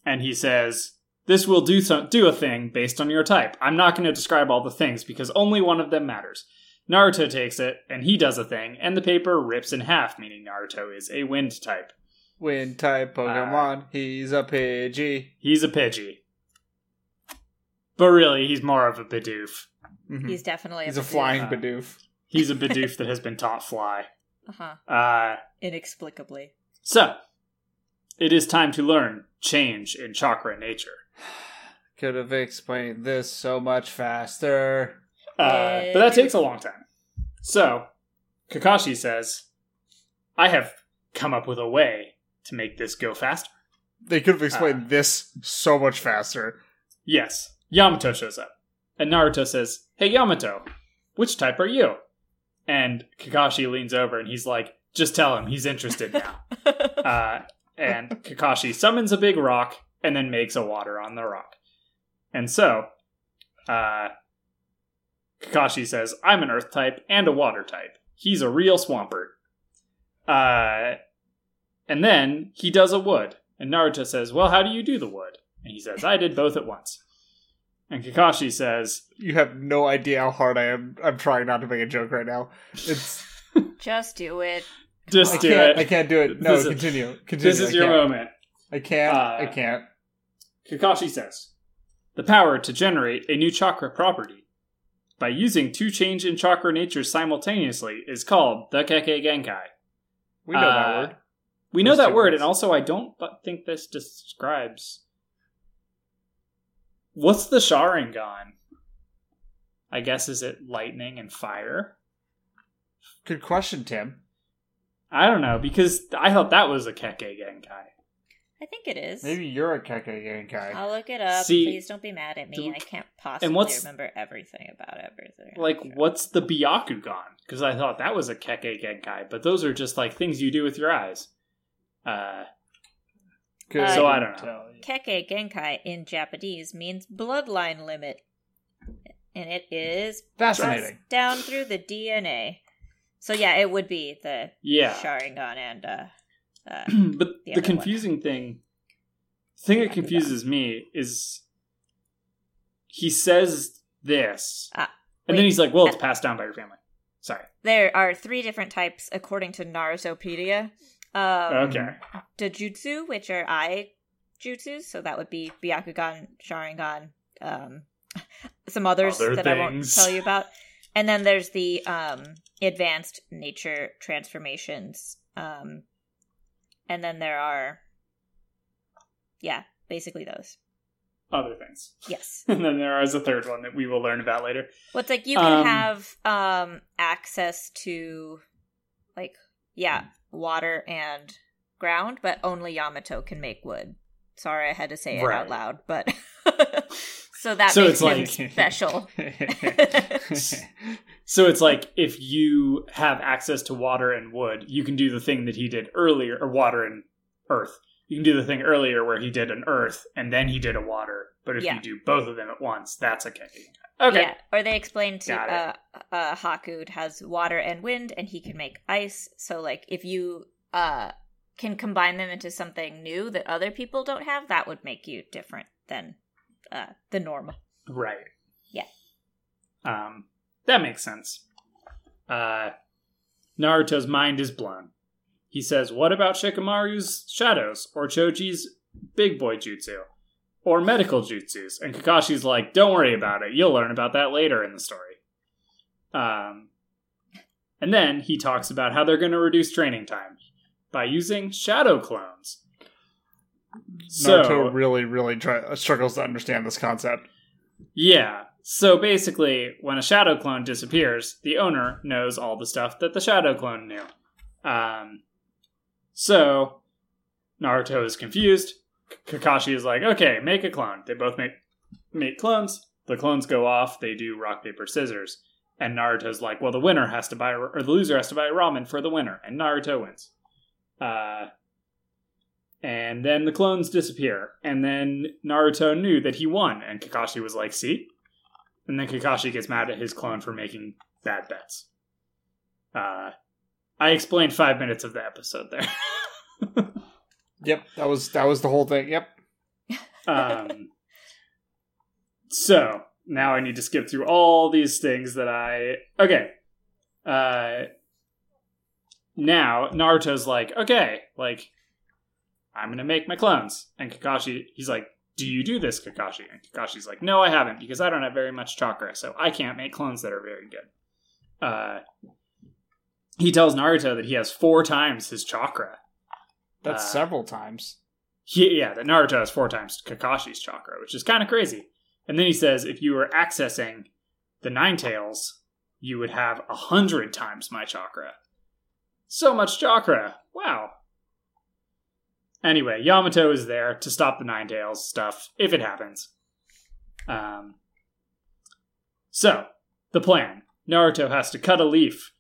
S2: and he says, "This will do some do a thing based on your type. I'm not going to describe all the things because only one of them matters." Naruto takes it, and he does a thing, and the paper rips in half, meaning Naruto is a wind type.
S1: Wind type
S2: uh,
S1: Pokemon. He's a Pidgey.
S2: He's a Pidgey, but really, he's more of a Bidoof.
S1: Mhm.
S3: He's definitely a
S1: He's a
S3: Bidoof.
S1: flying
S2: Uh,
S1: Bidoof.
S2: He's a Bidoof that has been taught fly.
S3: Uh-huh.
S2: Uh,
S3: Inexplicably.
S2: So, it is time to learn change in chakra nature.
S1: Could have explained this so much faster.
S2: Uh, but that takes a long time. So, Kakashi says, I have come up with a way to make this go faster.
S1: They could have explained
S2: Uh,
S1: this so much faster.
S2: Yes, Yamato shows up. And Naruto says, Hey, Yamato, which type are you? And Kakashi leans over and he's like, Just tell him, he's interested now. uh, and Kakashi summons a big rock and then makes a water on the rock. And so, uh, Kakashi says, I'm an earth type and a water type. He's a real swampert. Uh, and then he does a wood. And Naruto says, Well, how do you do the wood? And he says, I did both at once. And Kakashi says,
S1: You have no idea how hard I am. I'm trying not to make a joke right now. It's
S3: Just do it.
S1: I
S2: Just do
S1: can't. I
S2: it.
S1: can't do it. No,
S2: This is-
S1: continue. Continue.
S2: This is
S1: I
S2: your
S1: can't.
S2: moment.
S1: I can't.
S2: Uh,
S1: I can't.
S2: Kakashi says, the power to generate a new chakra property by using two change in chakra natures simultaneously is called the Keke Genkai.
S1: We know that
S2: uh,
S1: word.
S2: We know
S1: Those
S2: that
S1: two
S2: word,
S1: words.
S2: and also I don't bu- think this describes. What's the Sharingan? I guess is it lightning and fire?
S1: Good question, Tim.
S2: I don't know because I thought that was a Keke Genkai.
S3: I think it is.
S1: Maybe you're a Keke Genkai.
S3: I'll look it up.
S2: See-
S3: Please don't be mad at me. I can't possibly
S2: what's-
S3: remember everything about everything.
S2: Like what's the Byakugan? Because I thought that was a Keke Genkai, but those are just like things you do with your eyes. Uh,
S1: Good.
S3: So
S2: I don't
S1: Tell
S2: know.
S1: you.
S3: Keke Genkai in Japanese means bloodline limit, and it is passed
S1: Fascinating.
S3: down through the DNA. So yeah, it would be the
S2: yeah.
S3: Sharingan and uh, uh,
S2: but
S3: The
S2: the
S3: other one.
S2: confusing thing thing that
S3: Bakugan.
S2: confuses me is he says this
S3: Ah,
S2: and then
S3: wait. Uh,
S2: he's like well it's passed down by your family sorry
S3: there are three different types according to Narutopedia. Um,
S2: okay
S3: Dojutsu, which are eye jutsus, so that would be Byakugan, Sharingan, um, some others
S2: Other
S3: that I won't
S2: things.
S3: tell you about. And then there's the um, advanced nature transformations. Um, and then there are, yeah, basically those.
S2: other things
S3: Yes.
S2: and then there is a third one that we will learn about later
S3: Well, it's like you can
S2: Um,
S3: have um, access to, like, yeah, water and ground, but only Yamato can make wood. Sorry, I had to say it
S2: Right.
S3: out loud, but so that
S2: So
S3: makes
S2: it's
S3: him
S2: like-
S3: special.
S2: so it's like if you have access to water and wood you can do the thing that he did earlier or water and earth you can do the thing earlier where he did an earth and then he did a water but if
S3: Yeah.
S2: you do both of them at once that's a keki okay
S3: Yeah, or they explain to
S2: Got
S3: uh,
S2: it.
S3: uh, Hakud has water and wind, and he can make ice. So, like, if you uh, can combine them into something new that other people don't have, that would make you different than uh, the norm.
S2: Right.
S3: Yeah.
S2: Um, that makes sense. Uh, Naruto's mind is blown. He says, "What about Shikamaru's shadows or Choji's big boy jutsu or medical jutsus?" And Kakashi's like, "Don't worry about it. You'll learn about that later in the story." Um, and then he talks about how they're going to reduce training time by using shadow clones. So-
S1: Naruto really, really try- uh, struggles to understand this concept.
S2: Yeah. So basically, when a shadow clone disappears, the owner knows all the stuff that the shadow clone knew. Um, so Naruto is confused. K- Kakashi is like, "Okay, make a clone." They both make make clones. The clones go off. They do rock paper scissors. And Naruto's like, "Well, the winner has to buy, or the loser has to buy ramen for the winner." And Naruto wins. Uh, and then the clones disappear. And then Naruto knew that he won. And Kakashi was like, see? And then Kakashi gets mad at his clone for making bad bets. Uh, I explained five minutes of the episode there.
S1: Yep, that was that was the whole thing. Yep.
S2: um, so now I need to skip through all these things that I okay. Uh, now Naruto's like, okay, like I'm gonna make my clones, and Kakashi, he's like, do you do this, Kakashi? And Kakashi's like, no, I haven't because I don't have very much chakra, so I can't make clones that are very good. Uh, he tells Naruto that he has four times his chakra.
S1: That's
S2: Uh,
S1: several times.
S2: He, yeah, that Naruto has four times Kakashi's chakra, which is kind of crazy. And then he says, if you were accessing the Nine Tails, you would have a hundred times my chakra. So much chakra! Wow. Anyway, Yamato is there to stop the Nine Tails stuff if it happens. Um. So the plan: Naruto has to cut a leaf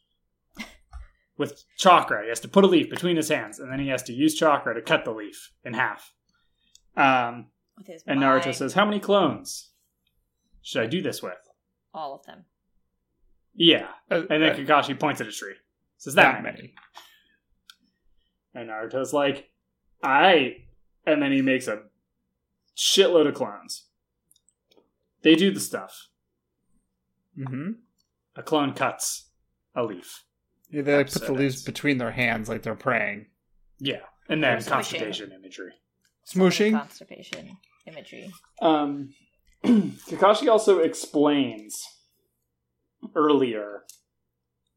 S2: with chakra. He has to put a leaf between his hands, and then he has to use chakra to cut the leaf in half. Um,
S3: With his
S2: and
S3: mind,
S2: Naruto says, How many clones should I do this with?
S3: all of them.
S2: Yeah.
S1: Uh,
S2: And
S1: uh,
S2: then Kakashi points at a tree. Says that, many. And Naruto's like, I and then he makes a shitload of clones. They do the stuff.
S1: Mm-hmm.
S2: A clone cuts a leaf.
S1: Yeah, they like, put the
S2: Episode
S1: leaves
S2: ends.
S1: between their hands like they're praying.
S2: Yeah. And then
S3: There's a machine.
S2: constipation imagery.
S1: Smooshing?
S3: Constipation imagery.
S2: Um, Kakashi also explains earlier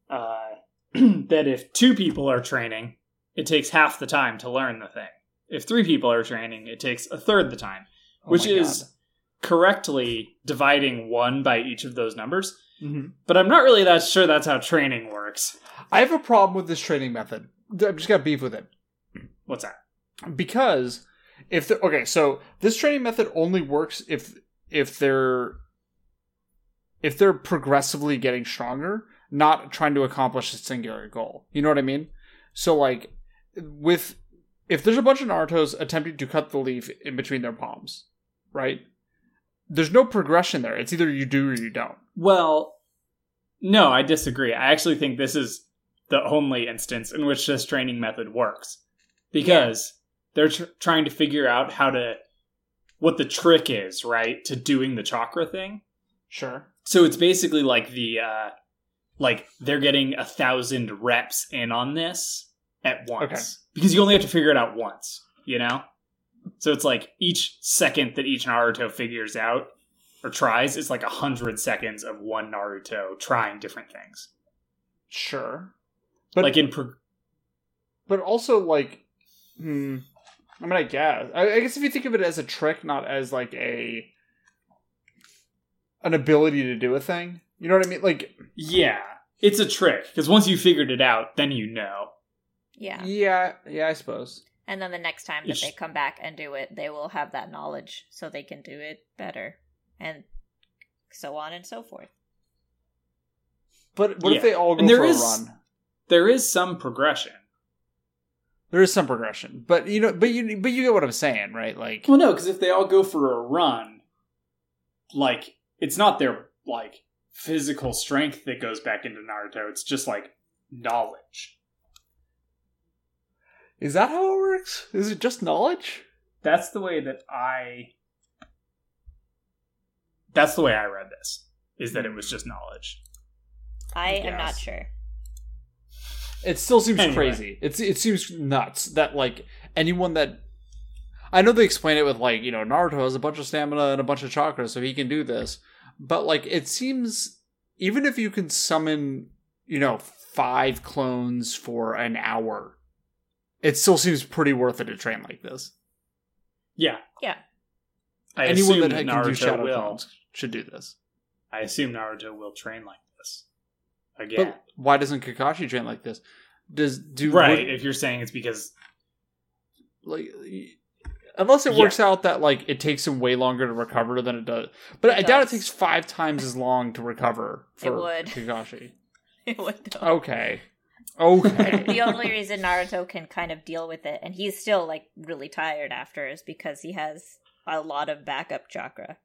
S2: uh, that if two people are training, it takes half the time to learn the thing. If three people are training, it takes a third the time,
S1: Oh
S2: which
S1: my
S2: is correctly dividing one by each of those numbers.
S1: Mhm.
S2: But I'm not really that sure that's how training works.
S1: I have a problem with this training method. I've just got beef with it.
S2: What's that?
S1: because if the okay so this training method only works if if they're if they're progressively getting stronger not trying to accomplish a singular goal you know what i mean so like with if there's a bunch of narutos attempting to cut the leaf in between their palms right there's no progression there it's either you do or you don't
S2: Well, no, I disagree. I actually think this is the only instance in which this training method works because they're tr- trying to figure out how to what the trick is, right, to doing the chakra thing.
S1: sure
S2: So it's basically like the uh like they're getting a thousand reps in on this at once.
S1: Okay.
S2: Because you only have to figure it out once, you know? So it's like each second that each Naruto figures out or tries is like a hundred seconds of one Naruto trying different things.
S1: sure but
S2: like in pro-
S1: but also like hmm, i mean i guess I, I guess if you think of it as a trick not as like a an ability to do a thing you know what i mean like
S2: Yeah. It's a trick, because once you figured it out, then you know.
S3: Yeah.
S1: yeah yeah i suppose
S3: And then the next time that
S2: It's-
S3: they come back and do it, they will have that knowledge so they can do it better and so on and so forth.
S1: but what
S2: Yeah.
S1: if they all go
S2: And there
S1: for
S2: is-
S1: a run
S2: There is some progression.
S1: there is some progression but you know but you but you get what i'm saying right like
S2: Well, no, because if they all go for a run, like it's not their like physical strength that goes back into Naruto. It's just like knowledge.
S1: is that how it works is it just knowledge
S2: That's the way that I. That's the way I read this. Is that it was just knowledge.
S3: I am not
S2: guess.
S3: sure.
S1: it still seems
S2: Anyway.
S1: crazy it's it seems nuts that like anyone that i know they explain it with like you know naruto has a bunch of stamina and a bunch of chakra so he can do this but like it seems even if you can summon you know five clones for an hour it still seems pretty worth it to train like this
S2: Yeah.
S3: Yeah.
S2: I
S1: anyone
S2: assume
S1: that
S2: that
S1: can do
S2: Naruto
S1: shadow
S2: will.
S1: clones should do this
S2: I assume Naruto will train like this. Again.
S1: but why doesn't kakashi train like this does do
S2: right.
S1: would-
S2: if you're saying it's because
S1: like unless it
S2: Yeah.
S1: works out that like it takes him way longer to recover than it does but i doubt it
S3: does.
S1: takes five times as long to recover
S3: It
S1: for
S3: would.
S1: kakashi
S3: It would, though.
S1: okay okay
S3: the only reason Naruto can kind of deal with it, and he's still like really tired after, is because he has a lot of backup chakra.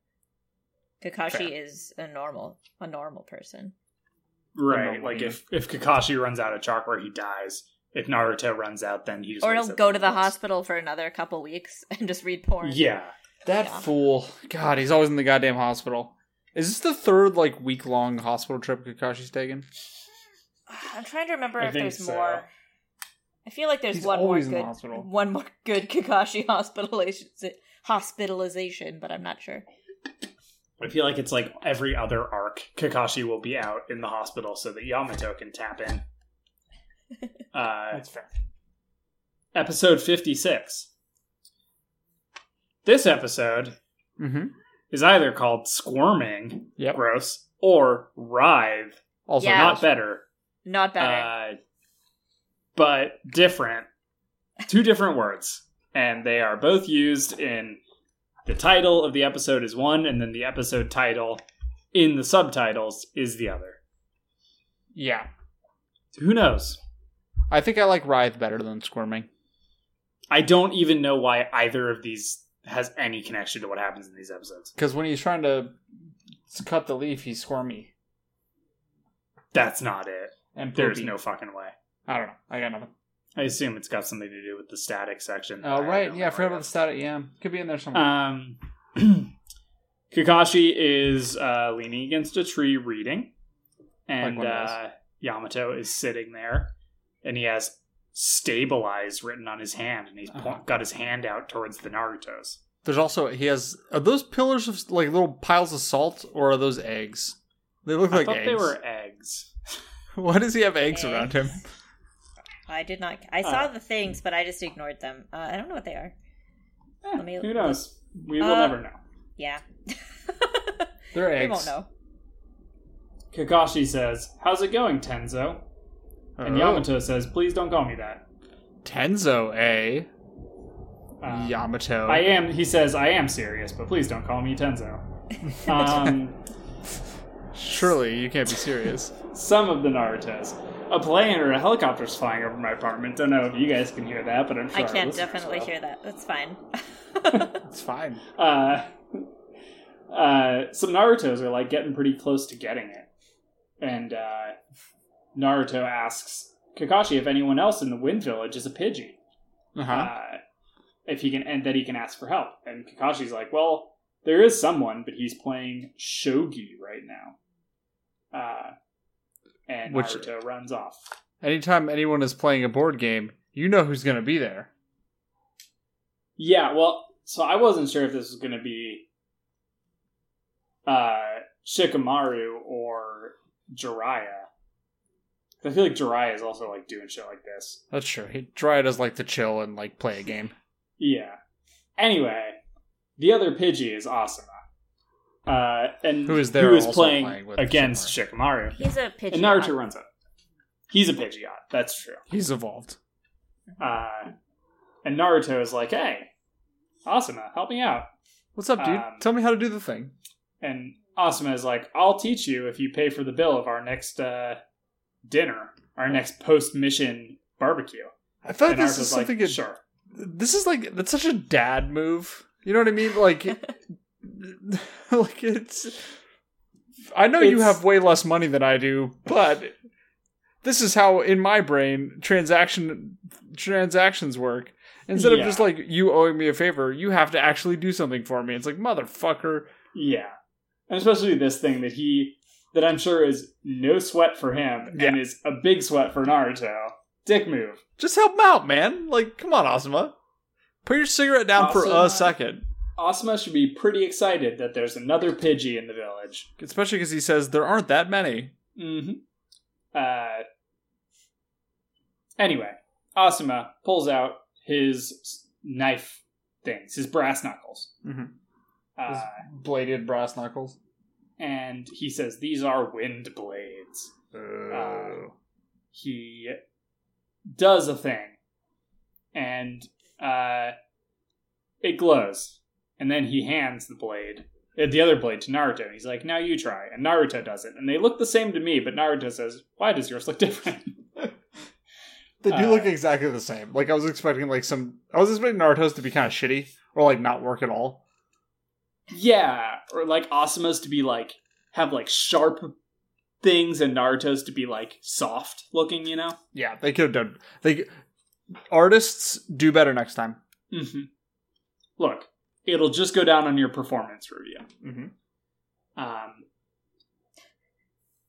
S3: Kakashi is a normal, a normal person.
S2: Right.
S1: Remember
S2: Like
S1: when-
S2: if if Kakashi runs out of chakra, he dies. If Naruto runs out, then he just
S3: Or
S2: wakes
S3: he'll
S2: up
S3: go
S2: in
S3: to the
S2: woods.
S3: hospital for another couple weeks and just read porn.
S2: Yeah.
S1: that
S3: Yeah.
S1: fool god he's always in the goddamn hospital is this the third like week long hospital trip kakashi's taken
S3: I'm trying to remember
S2: I
S3: if
S2: think
S3: there's
S2: so.
S3: more. I feel like there's
S1: He's
S3: one more
S1: always in the
S3: good,
S1: hospital.
S3: one more good Kakashi hospitalization, hospitalization, but I'm not sure.
S2: I feel like it's like every other arc, Kakashi will be out in the hospital so that Yamato can tap in. Uh,
S1: fair
S2: episode fifty six. This episode
S1: mm-hmm
S2: is either called Squirming,
S1: yep
S2: gross, or Writhe,
S1: also
S3: Yeah.
S2: not better.
S3: Not better.
S2: Uh, but different. Two different words. And they are both used in the title of the episode is one, and then the episode title in the subtitles is the other.
S1: yeah
S2: So who knows?
S1: i think i like writhe better than squirming
S2: I don't even know why either of these has any connection to what happens in these episodes.
S1: because when he's trying to s- cut the leaf he's squirmy
S2: That's not it.
S1: and
S2: There's
S1: poopy.
S2: no fucking way.
S1: i don't know i got nothing
S2: I assume it's got something to do with the static section.
S1: Oh,
S2: I
S1: right.
S2: don't
S1: Yeah, I
S2: know
S1: forgot
S2: where
S1: about
S2: it
S1: the
S2: is.
S1: static EM. Could be in there somewhere.
S2: Um, Kakashi is uh, leaning against a tree reading, and
S1: Like one does.
S2: uh, Yamato is sitting there, and he has "stabilize" written on his hand, and he's po-
S1: Uh-huh.
S2: got his hand out towards the Naruto's.
S1: There's also, he has, are those pillars of, like, little piles of salt, or are those eggs? They look
S2: I
S1: like
S2: thought
S1: eggs.
S2: they were eggs.
S1: Why does he have eggs, around him?
S3: I did not. I saw
S2: uh,
S3: the things, but I just ignored them. Uh, I don't know what they are.
S2: Eh,
S3: Let me-
S2: who knows? We will
S3: Uh,
S2: never know.
S3: Yeah.
S1: They're
S3: we
S1: eggs.
S3: won't know.
S2: Kakashi says, How's it going, Tenzo?
S1: Oh.
S2: And Yamato says, Please don't call me that.
S1: Tenzo, eh?
S2: Um,
S1: Yamato.
S2: I am, he says, I am serious, but please don't call me Tenzo. Um,
S1: Surely you can't be serious.
S2: some of the Naruto's. A plane or a helicopter's flying over my apartment. Don't know if you guys can hear that, but I'm sure
S3: I
S2: our
S3: can
S2: listeners
S3: definitely
S2: will.
S3: hear that. That's fine.
S1: it's fine.
S2: uh, uh, some Naruto's are like getting pretty close to getting it. And uh, Naruto asks Kakashi if anyone else in the Wind Village is a Pidgey.
S1: Uh-huh.
S2: Uh, if he can, and that he can ask for help. And Kakashi's like, well, there is someone, but he's playing shogi right now. Uh, and
S1: Which-
S2: Naruto runs off.
S1: Anytime anyone is playing a board game, you know who's going to be there.
S2: Yeah, well, so I wasn't sure if this was going to be uh, Shikamaru or Jiraiya. 'Cause I feel like Jiraiya is also like doing shit like this.
S1: That's true. He Dry does like to chill and like play a game.
S2: Yeah. Anyway, the other Pidgey is Asuma, uh, and
S1: Who is there
S2: who is
S1: also
S2: playing,
S1: playing with
S2: against Shikamaru.
S3: He's a
S2: And
S3: pigeon.
S2: Naruto runs up. He's a Pidgeot. That's true.
S1: He's evolved.
S2: Uh, and Naruto is like, "Hey, Asuma, help me out."
S1: What's up, dude?
S2: Um,
S1: Tell me how to do the thing.
S2: And Asuma is like, I'll teach you if you pay for the bill of our next uh, dinner, our next post mission barbecue.
S1: I feel like
S2: and
S1: this
S2: Naruto's
S1: is something
S2: like,
S1: that
S2: sure.
S1: this is like that's such a dad move. You know what I mean? Like, like it's. I know you
S2: It's-
S1: have way less money than I do, but this is how in my brain transaction transactions work. Instead
S2: Yeah.
S1: of just like you owing me a favor, you have to actually do something for me. It's like motherfucker.
S2: Yeah. And especially this thing that he, that I'm sure is no sweat for him
S1: Yeah.
S2: and is a big sweat for Naruto. Dick move.
S1: Just help him out, man. Like, come on, Asuma. Put your cigarette down for
S2: Asuma.
S1: a second.
S2: Asuma should be pretty excited that there's another Pidgey in the village.
S1: Especially because he says there aren't that many.
S2: Mm-hmm. Uh, anyway, Asuma pulls out his knife things, his brass knuckles.
S1: Mhm.
S2: Uh,
S1: Bladed brass knuckles.
S2: and he says, These are wind blades. Uh,
S1: Oh.
S2: He does a thing, and uh, it glows. And then he hands the blade, uh, the other blade, to Naruto. And he's like, Now you try. And Naruto does it. And they look the same to me, but Naruto says, Why does yours look different?
S1: They do
S2: Uh,
S1: look exactly the same. Like I was expecting, like some. I was expecting Naruto's to be kind of shitty or like not work at all.
S2: Yeah, or like Asuma's to be like have like sharp things and Naruto's to be like soft looking, you know?
S1: Yeah, they could have done. They artists do better next time.
S2: Mm-hmm. Look, it'll just go down on your performance review.
S1: Mhm.
S2: Um,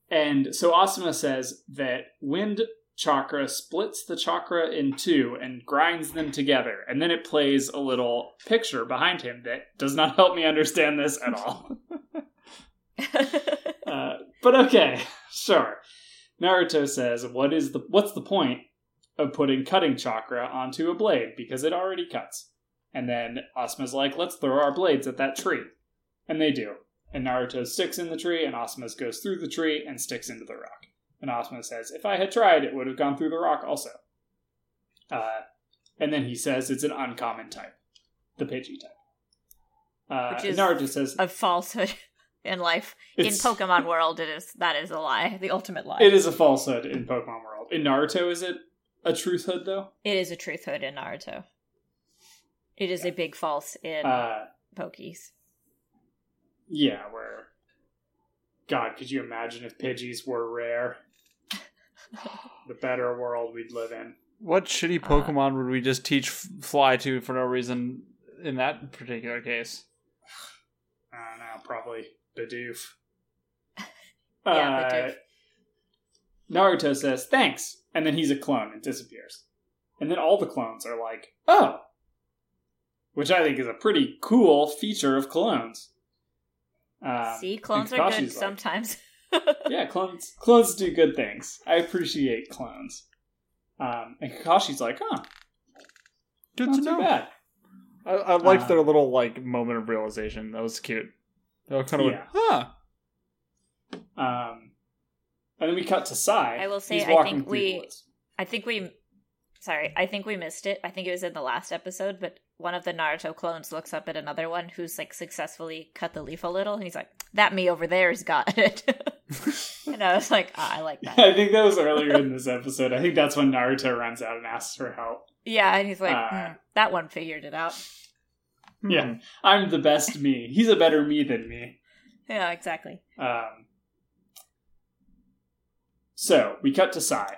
S2: and so Asuma says that wind chakra splits the chakra in two and grinds them together, and then it plays a little picture behind him that does not help me understand this at all. Uh, but okay, sure. Naruto says, "What is the what's the point of putting cutting chakra onto a blade because it already cuts?" And then Asuma's like, "Let's throw our blades at that tree," and they do. And Naruto sticks in the tree, and Asuma goes through the tree and sticks into the rock. And Asuma says, "If I had tried, it would have gone through the rock also." Uh, and then he says, "It's an uncommon type, the Pidgey type." Uh,
S3: Which is
S2: Naruto says,
S3: a falsehood in life.
S2: It's-
S3: In Pokemon world, it is that is a lie, the ultimate lie.
S2: It is a falsehood in Pokemon World. In Naruto, is it a truthhood though?
S3: It is a truthhood in Naruto. It is a big false in
S2: Uh,
S3: Pokies.
S2: yeah, where. God, could you imagine if Pidgeys were rare? the better world we'd live in.
S1: What shitty
S3: Uh.
S1: Pokemon would we just teach F- Fly to for no reason in that particular case?
S2: I don't know, probably Bidoof. Uh,
S3: Yeah, Bidoof.
S2: Naruto says, thanks. And then he's a clone and disappears. And then all the clones are like, oh. Which I think is a pretty cool feature of clones. Um,
S3: See, clones
S2: and
S3: are
S2: Kakashi's
S3: good
S2: like,
S3: sometimes.
S2: yeah, clones clones do good things. I appreciate clones. Um, and Kakashi's like, huh,
S1: Good
S2: not
S1: to
S2: too
S1: know.
S2: bad.
S1: I, I liked
S2: Uh.
S1: their little like moment of realization. That was cute. They all kind of went,
S2: Yeah.
S1: huh?
S2: Um, And then we cut to Sai.
S3: I will say,
S2: He's
S3: I
S2: walking
S3: think
S2: through
S3: we-
S2: the woods.
S3: I think we, sorry, I think we missed it. I think it was in the last episode, but one of the Naruto clones looks up at another one who's like successfully cut the leaf a little, and he's like, "That me over there's got it." and I was like, ah, "I like that."
S2: I think that was earlier in this episode. I think that's when Naruto runs out and asks for help.
S3: Yeah, and he's like,
S2: Uh,
S3: "Hmm, "That one figured it out."
S1: Hmm.
S2: Yeah. I'm the best me. He's a better me than me.
S3: Yeah, exactly.
S2: Um, so we cut to Sai.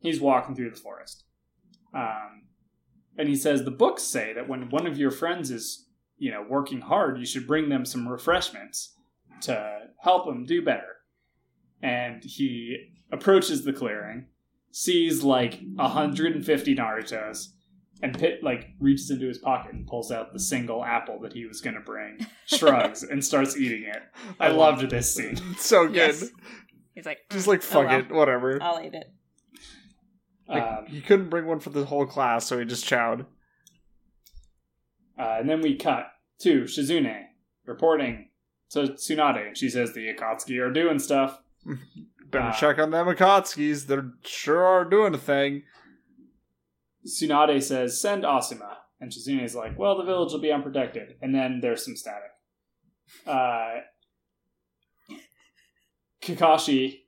S2: He's walking through the forest. Um, and he says, The books say that when one of your friends is, you know, working hard, you should bring them some refreshments to help them do better. And he approaches the clearing, sees like 150 Naruto's, and Pit like reaches into his pocket and pulls out the single apple that he was going to bring, shrugs, and starts eating it. I
S1: Oh,
S2: loved this scene.
S1: It's Hmm. so good.
S3: Yes. He's like,
S1: Just
S3: "Mm,
S1: like fuck
S3: oh well,
S1: it, whatever.
S3: I'll eat it."
S1: Like,
S2: Um,
S1: he couldn't bring one for the whole class, so he just chowed.
S2: uh, and then we cut to Shizune reporting to Tsunade, and she says the Akatsuki are doing stuff.
S1: Better
S2: Uh,
S1: check on them Akatsuki's. They're sure are doing a thing.
S2: Tsunade says, "Send Asuma," and Shizune's like, "Well, the village will be unprotected." And then there's some static. Uh, Kakashi.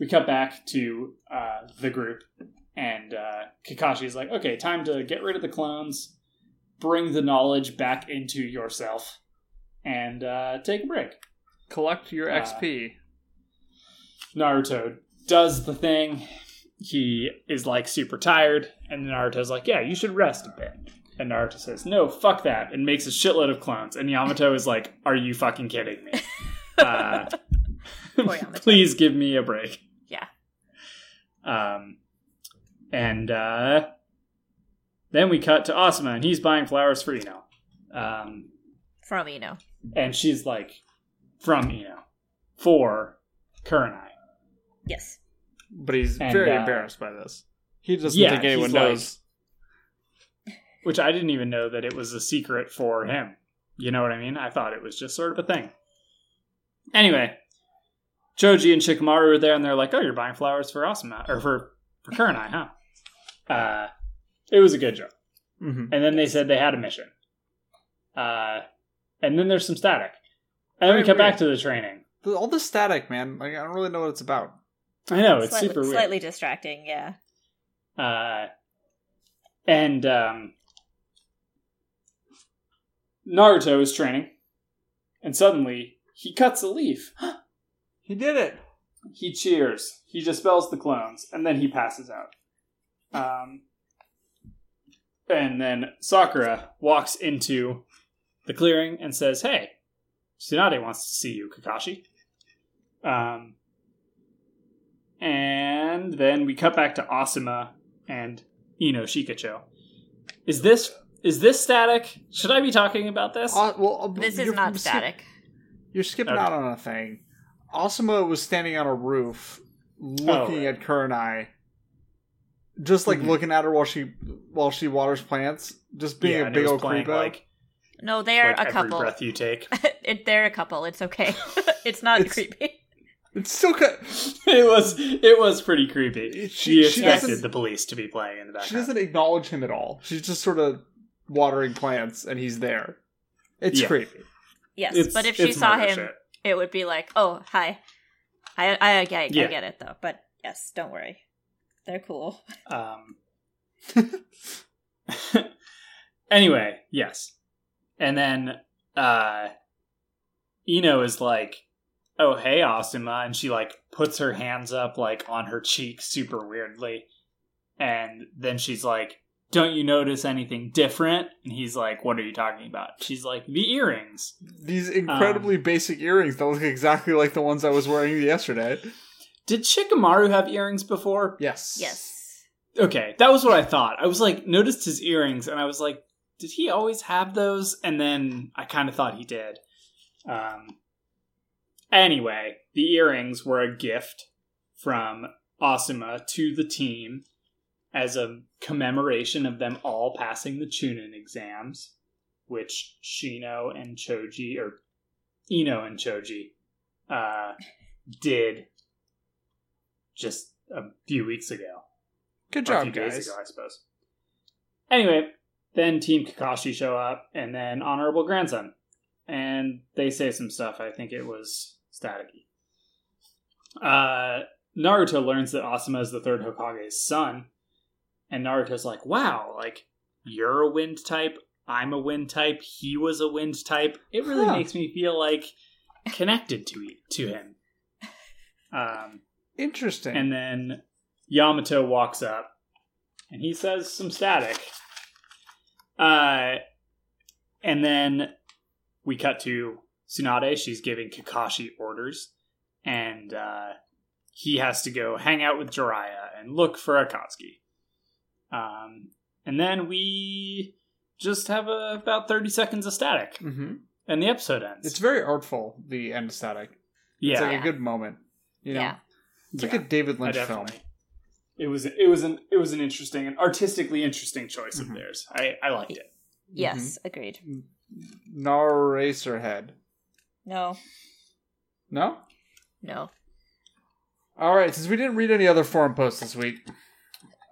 S2: We cut back to uh, the group, and uh, Kakashi's like, "Okay, time to get rid of the clones, bring the knowledge back into yourself, and uh, take a break."
S1: Collect your
S2: Uh,
S1: XP.
S2: Naruto does the thing. He is like super tired, and Naruto's like, "Yeah, you should rest a bit." And Naruto says, "No, fuck that," and makes a shitload of clones. And Yamato is like, "Are you fucking kidding me? Uh,
S3: Poor Yamato.
S2: please give me a break."
S3: Yeah.
S2: Um, and uh, then we cut to Asuma, and he's buying flowers for Ino. Um,
S3: From Eno.
S2: and she's like, "From Ino, for Kurenai."
S3: Yes.
S1: But he's
S2: and,
S1: very
S2: uh,
S1: embarrassed by this. He doesn't
S2: yeah,
S1: think
S2: he's
S1: anyone
S2: like-
S1: knows.
S2: which I didn't even know that it was a secret for him. You know what I mean? I thought it was just sort of a thing. Anyway, Choji and Shikamaru are there, and they're like, "Oh, you're buying flowers for Asuma or for for Kurenai, huh?" Uh, it was a good joke.
S1: hmm
S2: And then they said they had a mission. Uh, and then there's some static, and then we
S1: Very
S2: come
S1: weird.
S2: back to the training.
S1: All this static, man. Like I don't really know what it's about.
S2: I know Oh, it's
S3: slightly,
S2: super weird.
S3: slightly distracting, yeah.
S2: uh, and um, Naruto is training, and suddenly he cuts a leaf.
S1: He did it.
S2: He cheers. He dispels the clones, and then he passes out. Um, and then Sakura walks into the clearing and says, "Hey, Tsunade wants to see you, Kakashi." Um, and then we cut back to Asuma and Ino Shikacho. Is this is this static? Should I be talking about this?
S1: Uh, well, uh,
S3: This is
S1: you're-
S3: not
S1: skip-
S3: static.
S1: You're skipping
S2: Okay.
S1: out on a thing. Asuma was standing on a roof looking
S2: Oh.
S1: at Kurenai. Just like
S2: Mhm.
S1: looking at her while she while she waters plants, just being
S2: Yeah,
S1: a
S2: and it
S1: big
S2: was
S1: old
S2: playing,
S1: creepo.
S2: like,
S3: No, they're
S2: like
S3: a
S2: every
S3: couple.
S2: breath you take.
S3: it, they're a couple. It's okay. it's not
S1: It's-
S3: creepy.
S1: it's still cut.
S2: it was it was pretty
S1: She,
S2: creepy. She
S1: she
S2: expected
S1: doesn't,
S2: the police to be playing in the
S1: she
S2: background.
S1: doesn't acknowledge him at all. She's just sort of watering plants, and he's there. It's
S2: Yeah.
S1: creepy.
S3: Yes,
S2: It's-
S3: but if she
S2: it's
S3: saw
S2: murder
S3: him,
S2: shit.
S3: it would be like, "Oh, hi." I I I, I,
S2: Yeah.
S3: I get it though, but yes, don't worry. They're cool.
S2: Um, anyway, yes, and then uh, Ino is like, "Oh hey, Asuma," and she like puts her hands up like on her cheek, super weirdly, and then she's like. Don't you notice anything different? And he's like, What are you talking about? She's like, The earrings.
S1: These incredibly
S2: Um,
S1: basic earrings that look exactly like the ones I was wearing yesterday.
S2: Did Shikamaru have earrings before?
S1: Yes.
S3: Yes.
S2: okay that was what i thought i was like noticed his earrings and i was like did he always have those and then i kind of thought he did um anyway the earrings were a gift from asuma to the team as a commemoration of them all passing the chunin exams which shino and choji or ino and choji uh did just a few weeks ago.
S1: Good
S2: Or a few
S1: job, guys.
S2: days ago, I suppose. Anyway, then Team Kakashi show up, and then Honorable Grandson, and they say some stuff. I think it was Staticky. Uh, Naruto learns that Asuma is the third Hokage's son, and Naruto's like, "Wow, like you're a wind type, I'm a wind type, he was a wind type. It really
S1: Huh.
S2: makes me feel like connected to e- to him." Um,
S1: Interesting.
S2: and then Yamato walks up and he says some static. Uh, and then we cut to Tsunade. She's giving Kakashi orders. And uh, he has to go hang out with Jiraiya and look for Akatsuki. Um, and then we just have uh about 30 seconds of static.
S1: hmm
S2: And the episode ends.
S1: It's very artful. The end static. It's
S2: yeah.
S1: like
S3: Yeah.
S1: a good moment. You know, Mm-hmm.
S3: Yeah.
S1: it's
S2: Yeah. Uh,
S1: like a David
S2: I
S1: Lynch film.
S2: definitely- It was it was an it was an interesting and artistically interesting choice
S1: Mhm.
S2: of theirs. I I liked it.
S3: Yes, agreed.
S1: Mhm. Narracerhead.
S3: No,
S1: No.
S3: no.
S1: All right. Since we didn't read any other forum posts this week,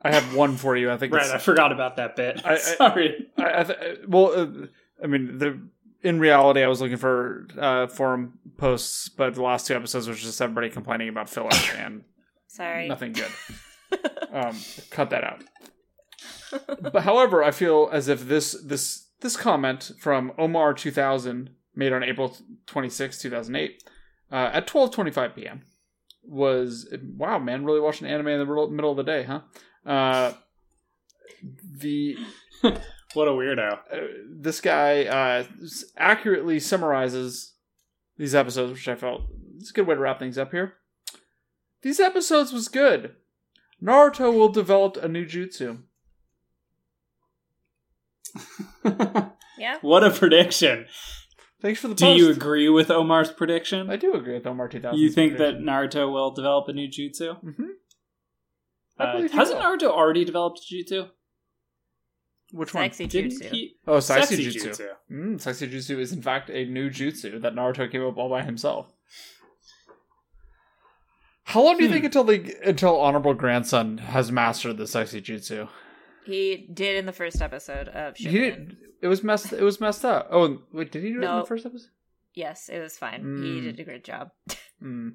S1: I have one for you. I think.
S2: Right,
S1: it's-
S2: I forgot about that bit.
S1: I- I-
S2: Sorry.
S1: I, I th- well, uh, I mean, the in reality, I was looking for uh, forum posts, but the last two episodes was just everybody complaining about filler and
S3: Sorry.
S1: nothing good. um, cut that out. But however, I feel as if this this this comment from Omar two thousand made on April twenty sixth two thousand eight uh, at twelve twenty five p.m. was wow man really watching anime in the middle middle of the day huh uh, the
S2: What a weirdo.
S1: uh, this guy uh, s- accurately summarizes these episodes, which I felt it's a good way to wrap things up here. These episodes was good. Naruto will develop a new jutsu.
S3: yeah.
S2: what a prediction.
S1: Thanks for the
S2: Do
S1: post.
S2: you agree with Omar's prediction?
S1: I do agree with Omar 2000.
S2: you think that Naruto will develop a new jutsu?
S1: hmm I
S2: Uh,
S1: believe he
S2: hasn't
S1: will.
S2: Naruto already developed a jutsu?
S1: Which one?
S3: Sexy
S2: Didn't
S3: jutsu.
S2: he?
S1: Oh, sexy, jutsu. Mm, sexy jutsu is in fact a new jutsu that Naruto came up all by himself. How long do you
S2: Hmm.
S1: think until the until honorable grandson has mastered the sexy jutsu?
S3: He did in the first episode of Shippuden.
S1: He didn't. It was messed. It was messed up. Oh wait, did he do it in
S3: No.
S1: the first episode?
S3: Yes, it was fine.
S1: Mm.
S3: He did a great job.
S1: Hmm.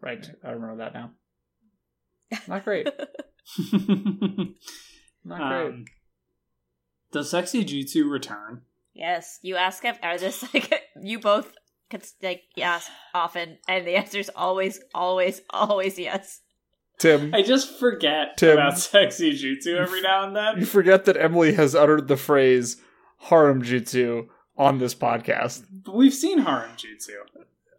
S1: Right, I remember that now. Not great. Not great.
S2: um, does sexy jutsu return?
S3: Yes, you ask if are this like you both could like ask often, and the answer is always, always, always yes.
S1: Tim,
S2: I just forget
S1: Tim.
S2: about sexy jutsu every now and
S1: you
S2: then.
S1: forget that Emily has uttered the phrase "harem jutsu" on this podcast.
S2: But We've seen harem jutsu.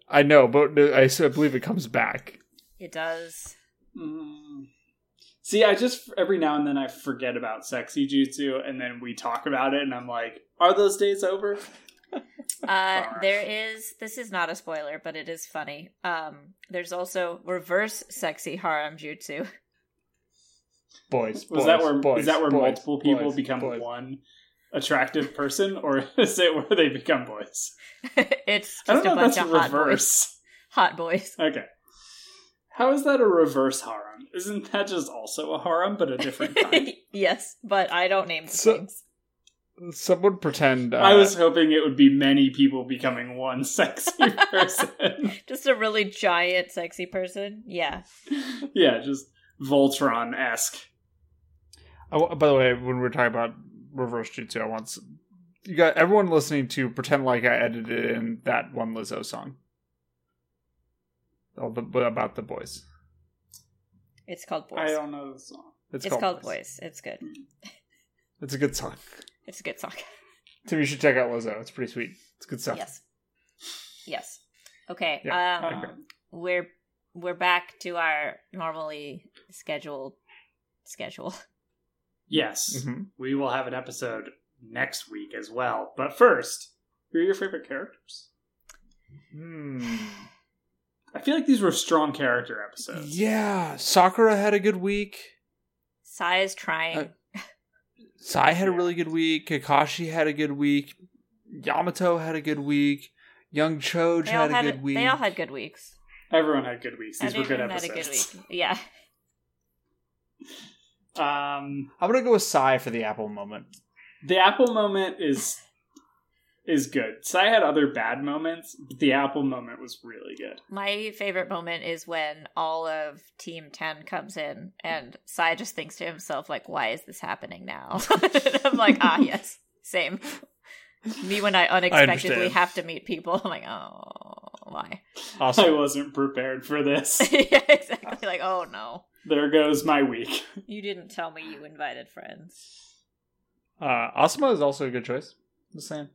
S1: I know, but I s- I believe it comes back.
S3: It does.
S2: Mm. See, I just every now and then I forget about sexy jutsu, and then we talk about it, and I'm like, "Are those days over?"
S3: Uh,
S2: Alright.
S3: there is. This is not a spoiler, but it is funny. Um, there's also reverse sexy harem jutsu.
S1: Boys,
S2: Was
S1: boys,
S2: that where is
S1: boys,
S2: that where
S1: boys,
S2: multiple people
S1: boys,
S2: become
S1: boys.
S2: one attractive person, or is it where they become boys?
S3: it's
S2: I don't
S3: just
S2: know.
S3: a
S2: if
S3: bunch
S2: That's
S3: of hot boys.
S2: reverse.
S3: Hot boys.
S2: Okay. How is that a reverse harem? Isn't that just also a harem, but a different kind?
S3: yes, but I don't name the
S1: So-
S3: things.
S1: Someone pretend. Uh,
S2: I was hoping it would be many people becoming one sexy person.
S3: Just a really giant sexy person. Yeah.
S2: yeah, just Voltron esque.
S1: I wa- by the way, when we were talking about reverse jutsu, I once you got everyone listening to pretend like I edited in that one Lizzo song. Oh, the, about the boys.
S3: It's called boys.
S2: I don't know the song.
S1: It's,
S3: it's called boys. It's good.
S2: Mm.
S1: It's a good song.
S3: It's a good song.
S1: Tim, you should check out Lizzo. It's pretty sweet. It's good stuff.
S3: Yes. Yes. Okay.
S1: Yeah.
S3: Um,
S1: Okay.
S3: we're we're back to our normally scheduled schedule.
S2: yes,
S1: Mhm.
S2: we will have an episode next week as well. But first, who are your favorite characters?
S1: Hmm.
S2: I feel like these were strong character episodes.
S1: Yeah, Sakura had a good week.
S3: Sai is trying.
S1: Uh, Sai had a
S2: Yeah.
S1: really good week. Kakashi had a good week. Yamato had a good week. Young Choj
S3: they all
S1: had a
S3: had
S1: good week.
S3: they all had good weeks.
S2: Everyone had good weeks. These were good
S3: Everyone had
S2: episodes.
S3: a good week. Yeah.
S2: Um,
S1: I'm gonna go with Psy for the Apple moment.
S2: the Apple moment is is good. So I had other bad moments, but the Apple moment was really good.
S3: My favorite moment is when all of Team 10 comes in and Sai just thinks to himself, like, why is this happening now? And I'm like, ah, yes, same. Me when I unexpectedly
S1: understand.
S3: have to meet people. I'm like, oh, why?
S2: I
S1: Awesome.
S2: wasn't prepared for this.
S3: yeah, exactly. Like, oh no.
S2: there goes my week.
S3: You didn't tell me you invited friends.
S1: Uh, Asuma is also a good choice. The same.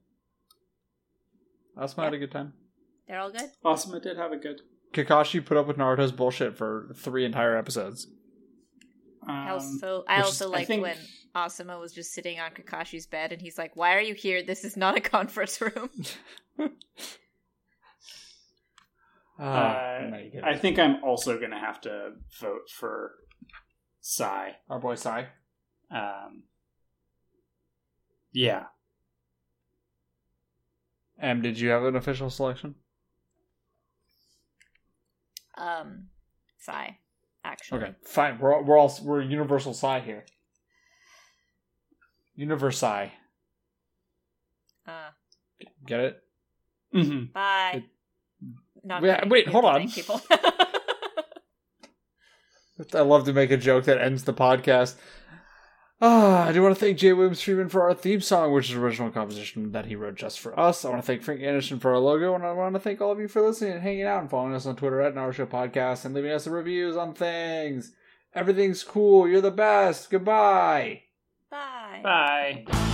S1: Asuma had a good time.
S3: They're all good?
S2: Awesome, I did have a good.
S1: Kakashi put up with Naruto's bullshit for three entire episodes.
S2: Um,
S3: I also, I
S1: which
S3: also
S1: is-
S2: I
S3: liked
S2: think-
S3: when Asuma was just sitting on Kakashi's bed and he's like, why are you here? This is not a conference room.
S1: Uh,
S2: Uh,
S1: no, you get
S2: I
S1: it.
S2: think I'm also gonna have to vote for Psy.
S1: Our boy Psy.
S2: Um, yeah,
S1: Em, did you have an official selection?
S3: Um, Sai, actually.
S1: Okay, fine. We're all, we're all we're universal Psy here. Universe Psy.
S3: Uh,
S1: Get it?
S2: hmm
S3: Bye. Not
S1: Yeah,
S3: kidding.
S1: wait,
S3: You
S1: hold
S3: have to
S1: on.
S3: thank
S1: I
S3: people.
S1: love to make a joke that ends the podcast. Ah, I do want to thank Jay Williams Freeman for our theme song, which is an original composition that he wrote just for us. I want to thank Frank Anderson for our logo, and I want to thank all of you for listening and hanging out and following us on Twitter at Our Show Podcast and leaving us some reviews on things. Everything's cool. You're the best. Goodbye.
S3: Bye.
S2: bye.